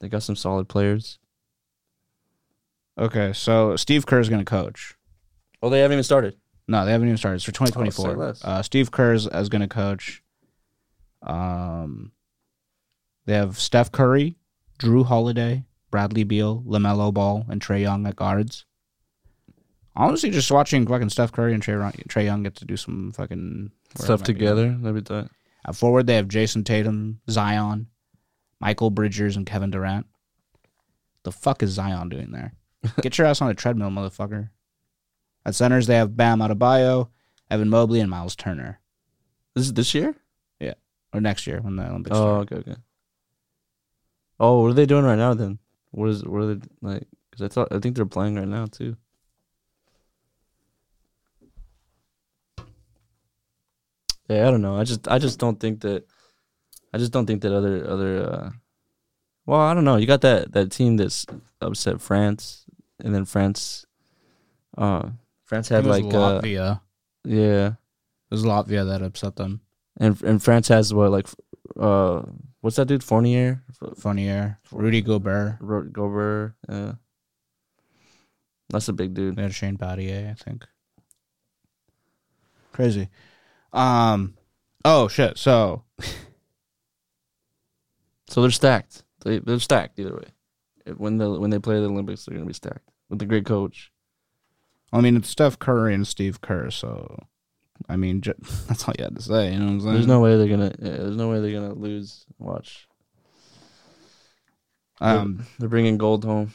[SPEAKER 2] they got some solid players.
[SPEAKER 1] Okay, so Steve Kerr is going to coach.
[SPEAKER 2] Well, they haven't even started.
[SPEAKER 1] No, they haven't even started. It's for
[SPEAKER 2] Oh, say
[SPEAKER 1] 2024.
[SPEAKER 2] less.
[SPEAKER 1] uh, Steve Kerr is, is going to coach. Um, they have Steph Curry, Drew Holiday, Bradley Beal, Lamelo Ball, and Trey Young at guards. Honestly, just watching fucking Steph Curry and Trey Ron- Trey Young get to do some fucking whatever it
[SPEAKER 2] stuff
[SPEAKER 1] might be.
[SPEAKER 2] together. That'd be tight.
[SPEAKER 1] At forward, they have Jason Tatum, Zion, Michael Bridgers, and Kevin Durant. The fuck is Zion doing
[SPEAKER 2] [laughs]
[SPEAKER 1] there? Get your ass on a treadmill, motherfucker. At centers, they have Bam Adebayo, Evan Mobley, and Miles Turner.
[SPEAKER 2] This is this year?
[SPEAKER 1] Or next year when the Olympics
[SPEAKER 2] oh,
[SPEAKER 1] start.
[SPEAKER 2] okay, okay. Oh, what are they doing right now then? What is what are they like? Because I thought I think they're playing right now too. Yeah, I don't know. I just I just don't think that I just don't think that other other. Uh, well, I don't know. You got that that team that's upset France, and then France. Uh, France
[SPEAKER 1] It
[SPEAKER 2] had
[SPEAKER 1] was
[SPEAKER 2] like uh,
[SPEAKER 1] Latvia.
[SPEAKER 2] yeah.
[SPEAKER 1] it was Latvia that upset them.
[SPEAKER 2] And and France has what like uh what's that dude Fournier,
[SPEAKER 1] Fournier, Rudy Gobert,
[SPEAKER 2] Ro- Gobert, yeah. That's a big dude.
[SPEAKER 1] they had Shane Battier, I think. Crazy. Um. Oh shit. So
[SPEAKER 2] So they're stacked. They they're stacked either way. If- When the when they play the Olympics, they're gonna be stacked with a great coach.
[SPEAKER 1] I mean, it's Steph Curry and Steve Kerr, so I mean, ju- [laughs] that's all you had to say. You know what I'm saying?
[SPEAKER 2] There's no way they're gonna. Yeah, there's no way they're gonna lose. Watch.
[SPEAKER 1] Um,
[SPEAKER 2] They're bringing gold home.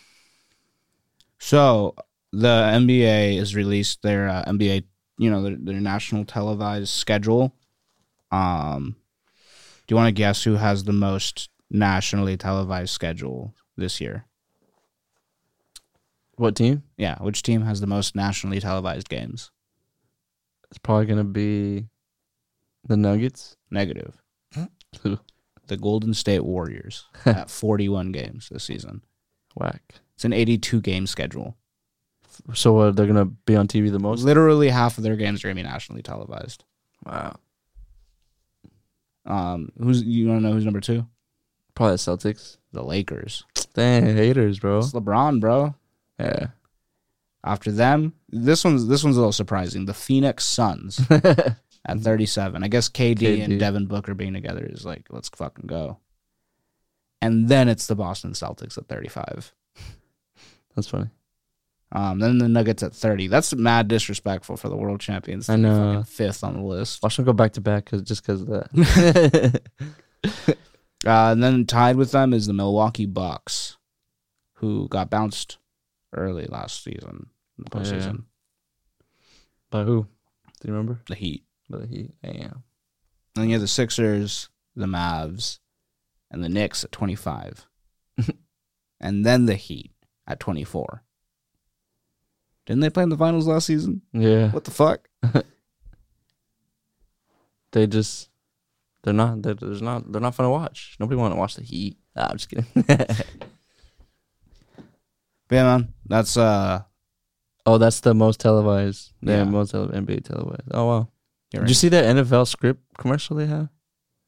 [SPEAKER 1] so the NBA has released their uh, NBA, you know, their, their national televised schedule. Um, do you want to guess who has the most nationally televised schedule this year?
[SPEAKER 2] What team?
[SPEAKER 1] Yeah, which team has the most nationally televised games?
[SPEAKER 2] It's probably gonna be the Nuggets.
[SPEAKER 1] Negative.
[SPEAKER 2] Who?
[SPEAKER 1] The Golden State
[SPEAKER 2] [laughs]
[SPEAKER 1] Warriors at 41 games this season.
[SPEAKER 2] Whack.
[SPEAKER 1] It's an 82 game schedule.
[SPEAKER 2] So uh, they're gonna be on TV the most.
[SPEAKER 1] Literally half of their games are gonna be nationally televised.
[SPEAKER 2] Wow.
[SPEAKER 1] Um, who's you want to know who's number two?
[SPEAKER 2] Probably the Celtics.
[SPEAKER 1] The Lakers.
[SPEAKER 2] Dang haters, bro.
[SPEAKER 1] It's LeBron, bro.
[SPEAKER 2] [laughs] Yeah.
[SPEAKER 1] After them, this one's this one's a little surprising. The Phoenix
[SPEAKER 2] [laughs]
[SPEAKER 1] Suns at 37. I guess KD,
[SPEAKER 2] KD.
[SPEAKER 1] and Devin Booker being together is like, let's fucking go. And then it's the Boston Celtics at 35.
[SPEAKER 2] That's funny.
[SPEAKER 1] Um, then the Nuggets at 30. That's mad disrespectful for the world champions. to
[SPEAKER 2] I
[SPEAKER 1] be
[SPEAKER 2] know.
[SPEAKER 1] fucking Fifth on the list.
[SPEAKER 2] Watch them go back to back cause, just because of [laughs] that.
[SPEAKER 1] Uh, and then tied with them is the Milwaukee Bucks, who got bounced early last season in the
[SPEAKER 2] Oh, yeah.
[SPEAKER 1] postseason.
[SPEAKER 2] By who? Do you remember?
[SPEAKER 1] The Heat.
[SPEAKER 2] By the Heat. Damn.
[SPEAKER 1] And then you have the Sixers, the Mavs, and the Knicks at
[SPEAKER 2] [laughs]
[SPEAKER 1] 25. and then the Heat at 24. Didn't they play in the finals last season?
[SPEAKER 2] Yeah.
[SPEAKER 1] What the fuck?
[SPEAKER 2] They just they're not they're, there's not they're not fun to watch. Nobody want to watch the Heat. Nah, I'm just kidding. [laughs]
[SPEAKER 1] But yeah, man, that's uh.
[SPEAKER 2] oh, that's the most televised.
[SPEAKER 1] Yeah.
[SPEAKER 2] Yeah, most tele- NBA televised. Oh wow.
[SPEAKER 1] get
[SPEAKER 2] Did
[SPEAKER 1] ready.
[SPEAKER 2] you see that NFL script commercial they have?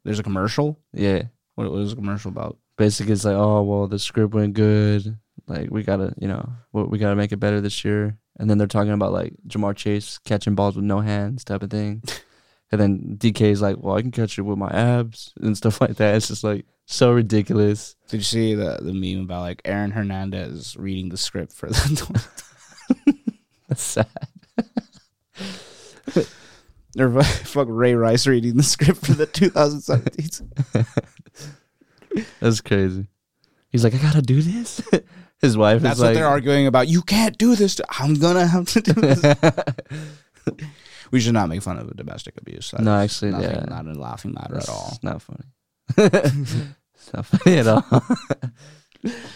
[SPEAKER 1] there's a commercial.
[SPEAKER 2] Yeah.
[SPEAKER 1] What was the commercial about?
[SPEAKER 2] Basically, it's like, oh well, the script went good. Like we gotta, you know, we we gotta make it better this year. And then they're talking about like Jamar Chase catching balls with no hands type
[SPEAKER 1] [laughs]
[SPEAKER 2] of thing. and then DK's like, well, I can catch it with my abs and stuff like that. It's just like so ridiculous.
[SPEAKER 1] Did you see the the meme about like Aaron Hernandez reading the script for the [laughs]
[SPEAKER 2] That's sad.
[SPEAKER 1] Or [laughs] fu- fuck Ray Rice reading the script for the 2017.
[SPEAKER 2] That's crazy. He's like, I gotta do this. [laughs] His
[SPEAKER 1] [laughs]
[SPEAKER 2] wife
[SPEAKER 1] That's
[SPEAKER 2] is like,
[SPEAKER 1] what they're arguing about. You can't do this. To, I'm gonna have to do this. [laughs] we should not make fun of domestic abuse. That
[SPEAKER 2] No,
[SPEAKER 1] is
[SPEAKER 2] actually,
[SPEAKER 1] nothing-
[SPEAKER 2] yeah.
[SPEAKER 1] [laughs] not a laughing matter
[SPEAKER 2] [laughs] That's
[SPEAKER 1] at all.
[SPEAKER 2] Not funny. it's not funny at all. [laughs]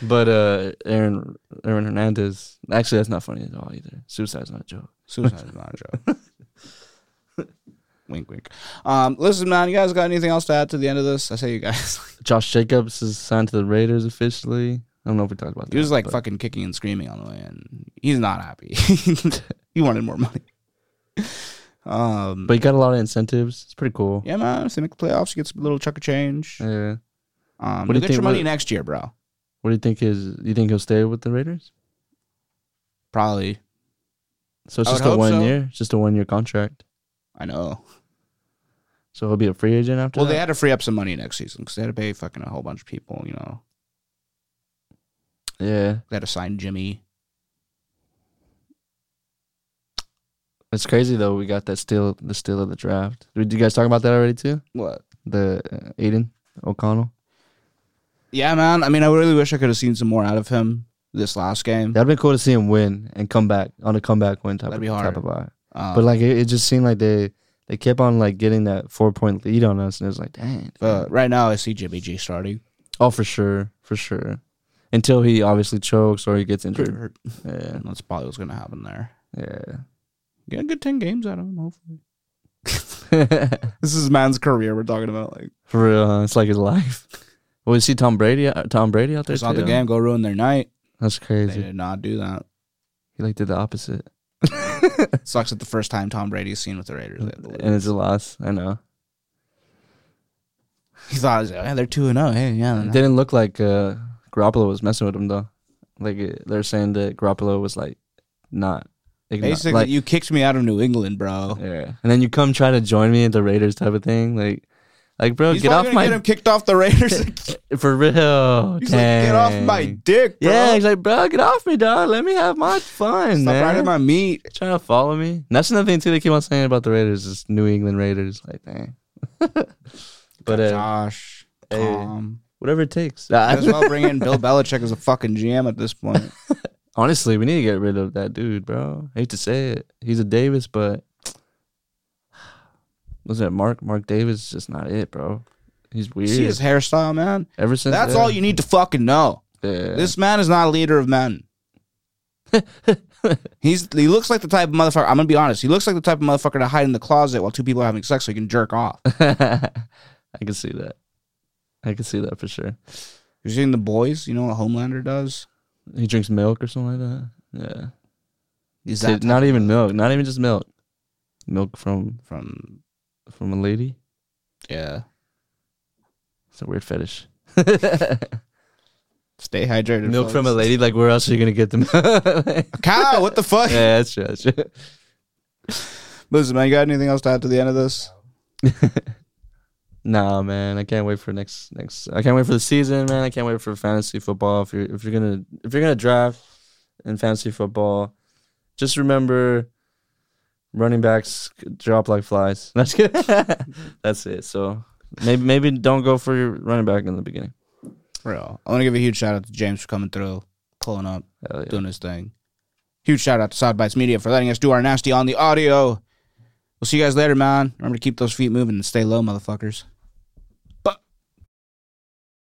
[SPEAKER 2] But uh, Aaron Aaron Hernandez. Actually, that's not funny at all either. Suicide's not a joke.
[SPEAKER 1] Suicide is not a joke. wink, wink. Um, listen, man, you guys got anything else to add to the end of this? I say you guys. [laughs]
[SPEAKER 2] Josh Jacobs is signed to the Raiders officially. I don't know if we talked about that.
[SPEAKER 1] He was like
[SPEAKER 2] but-
[SPEAKER 1] fucking kicking and screaming on the way in. He's not happy. [laughs] he wanted more money. [laughs] Um,
[SPEAKER 2] but he got a lot of incentives. It's pretty cool.
[SPEAKER 1] yeah, man, if they make the playoffs, you get a little chunk of change.
[SPEAKER 2] Yeah.
[SPEAKER 1] Um,
[SPEAKER 2] What do
[SPEAKER 1] you
[SPEAKER 2] you
[SPEAKER 1] get
[SPEAKER 2] think-
[SPEAKER 1] your money
[SPEAKER 2] what-
[SPEAKER 1] next year, bro.
[SPEAKER 2] What do you think is? You think he'll stay with the Raiders?
[SPEAKER 1] Probably.
[SPEAKER 2] So it's
[SPEAKER 1] I would
[SPEAKER 2] just a
[SPEAKER 1] hope
[SPEAKER 2] one
[SPEAKER 1] so.
[SPEAKER 2] year. It's just a one year contract.
[SPEAKER 1] I know.
[SPEAKER 2] So he'll be a free agent after.
[SPEAKER 1] Well,
[SPEAKER 2] that?
[SPEAKER 1] they had to free up some money next season because they had to pay fucking a whole bunch of people. You know,
[SPEAKER 2] Yeah,
[SPEAKER 1] they had to sign Jimmy.
[SPEAKER 2] it's crazy though. We got that steal, the steal of the draft. Did you guys talk about that already too?
[SPEAKER 1] What?
[SPEAKER 2] The uh, Aiden O'Connell.
[SPEAKER 1] Yeah, man. I mean, I really wish I could have seen some more out of him this last game.
[SPEAKER 2] That'd been cool to see him win and come back on a comeback win type
[SPEAKER 1] That'd
[SPEAKER 2] of
[SPEAKER 1] be hard.
[SPEAKER 2] type of vibe.
[SPEAKER 1] Um,
[SPEAKER 2] But like it, it just seemed like they they kept on like getting that four point lead on us, and it was like, dang.
[SPEAKER 1] but right now, I see Jimmy G starting.
[SPEAKER 2] oh, for sure, for sure. Until he obviously chokes or he gets injured.
[SPEAKER 1] And
[SPEAKER 2] Yeah,
[SPEAKER 1] that's probably what's gonna happen there.
[SPEAKER 2] yeah. [laughs]
[SPEAKER 1] Get a good ten games out of him, hopefully. This is man's career we're talking about. Like,
[SPEAKER 2] for real, huh? it's like his life. [laughs] Well, you see Tom Brady, uh, Tom Brady out there.
[SPEAKER 1] it's not the
[SPEAKER 2] too?
[SPEAKER 1] game. Go ruin their night.
[SPEAKER 2] That's
[SPEAKER 1] They
[SPEAKER 2] crazy.
[SPEAKER 1] did not do [laughs] that.
[SPEAKER 2] He like did the opposite.
[SPEAKER 1] Sucks that the first time Tom Brady's seen with the Raiders. They had to lose.
[SPEAKER 2] and it's a loss. I know.
[SPEAKER 1] He thought, yeah, they're two and zero. Hey, yeah, they're
[SPEAKER 2] It
[SPEAKER 1] not-
[SPEAKER 2] didn't look like uh, Garoppolo was messing with him though. Like it- they're saying that Garoppolo was like not igno-
[SPEAKER 1] basically,
[SPEAKER 2] like-
[SPEAKER 1] you kicked me out of New England, bro.
[SPEAKER 2] yeah. And then you come try to join me at the Raiders type of thing. Like, like bro,
[SPEAKER 1] He's
[SPEAKER 2] get
[SPEAKER 1] probably
[SPEAKER 2] off
[SPEAKER 1] gonna
[SPEAKER 2] my
[SPEAKER 1] get him kicked off the
[SPEAKER 2] [laughs]
[SPEAKER 1] Raiders. He's
[SPEAKER 2] for real.
[SPEAKER 1] like, get off my
[SPEAKER 2] dang."
[SPEAKER 1] dick, bro.
[SPEAKER 2] Yeah, he's like, bro, get off me, dog. Let me have my fun,
[SPEAKER 1] Stop
[SPEAKER 2] man.
[SPEAKER 1] riding my meat.
[SPEAKER 2] trying to follow me. And That's another thing too. They keep on saying about the Raiders, is New England Raiders. Like, dang. [laughs] but uh,
[SPEAKER 1] Josh, [laughs]
[SPEAKER 2] hey.
[SPEAKER 1] Tom,
[SPEAKER 2] whatever it takes.
[SPEAKER 1] might as well bring in Bill Belichick as a fucking GM at this point. [laughs]
[SPEAKER 2] Honestly, we need to get rid of that dude, bro. hate to say it. He's a Davis, but [sighs] was it Mark? Mark Davis is just not it, bro. He's weird.
[SPEAKER 1] See his hairstyle, man.
[SPEAKER 2] Ever since
[SPEAKER 1] That's all you need to fucking know.
[SPEAKER 2] Yeah.
[SPEAKER 1] This man is not a leader of men. He's he looks like the type of motherfucker. I'm gonna be honest. He looks like the type of motherfucker to hide in the closet while two people are having sex so he can jerk [laughs] off.
[SPEAKER 2] [laughs] I can see that. I can see that for sure.
[SPEAKER 1] You're seeing the boys. You know what Homelander does?
[SPEAKER 2] He drinks milk or something like that. Yeah.
[SPEAKER 1] He's
[SPEAKER 2] Dude,
[SPEAKER 1] that
[SPEAKER 2] not even milk. Not even just milk. Milk from
[SPEAKER 1] from
[SPEAKER 2] from a lady.
[SPEAKER 1] yeah.
[SPEAKER 2] It's a weird fetish. [laughs]
[SPEAKER 1] Stay hydrated.
[SPEAKER 2] milk
[SPEAKER 1] folks.
[SPEAKER 2] from a lady. Like where else are you gonna get the milk? [laughs]
[SPEAKER 1] cow. What the fuck?
[SPEAKER 2] yeah, that's true. That's true.
[SPEAKER 1] Listen, man. You got anything else to add to the end of this?
[SPEAKER 2] Nah, man, I can't wait for next next. I can't wait for the season, man. I can't wait for fantasy football. If you're if you're gonna if you're gonna draft in fantasy football, just remember running backs drop like flies. [laughs] That's good. that's it. So maybe maybe don't go for your running back in the beginning.
[SPEAKER 1] Bro, I want to give a huge shout out to James for coming through, pulling up,
[SPEAKER 2] Hell yeah.
[SPEAKER 1] doing his thing. Huge shout out to Side Bites Media for letting us do our nasty on the audio. We'll see you guys later, man. Remember to keep those feet moving and stay low, motherfuckers.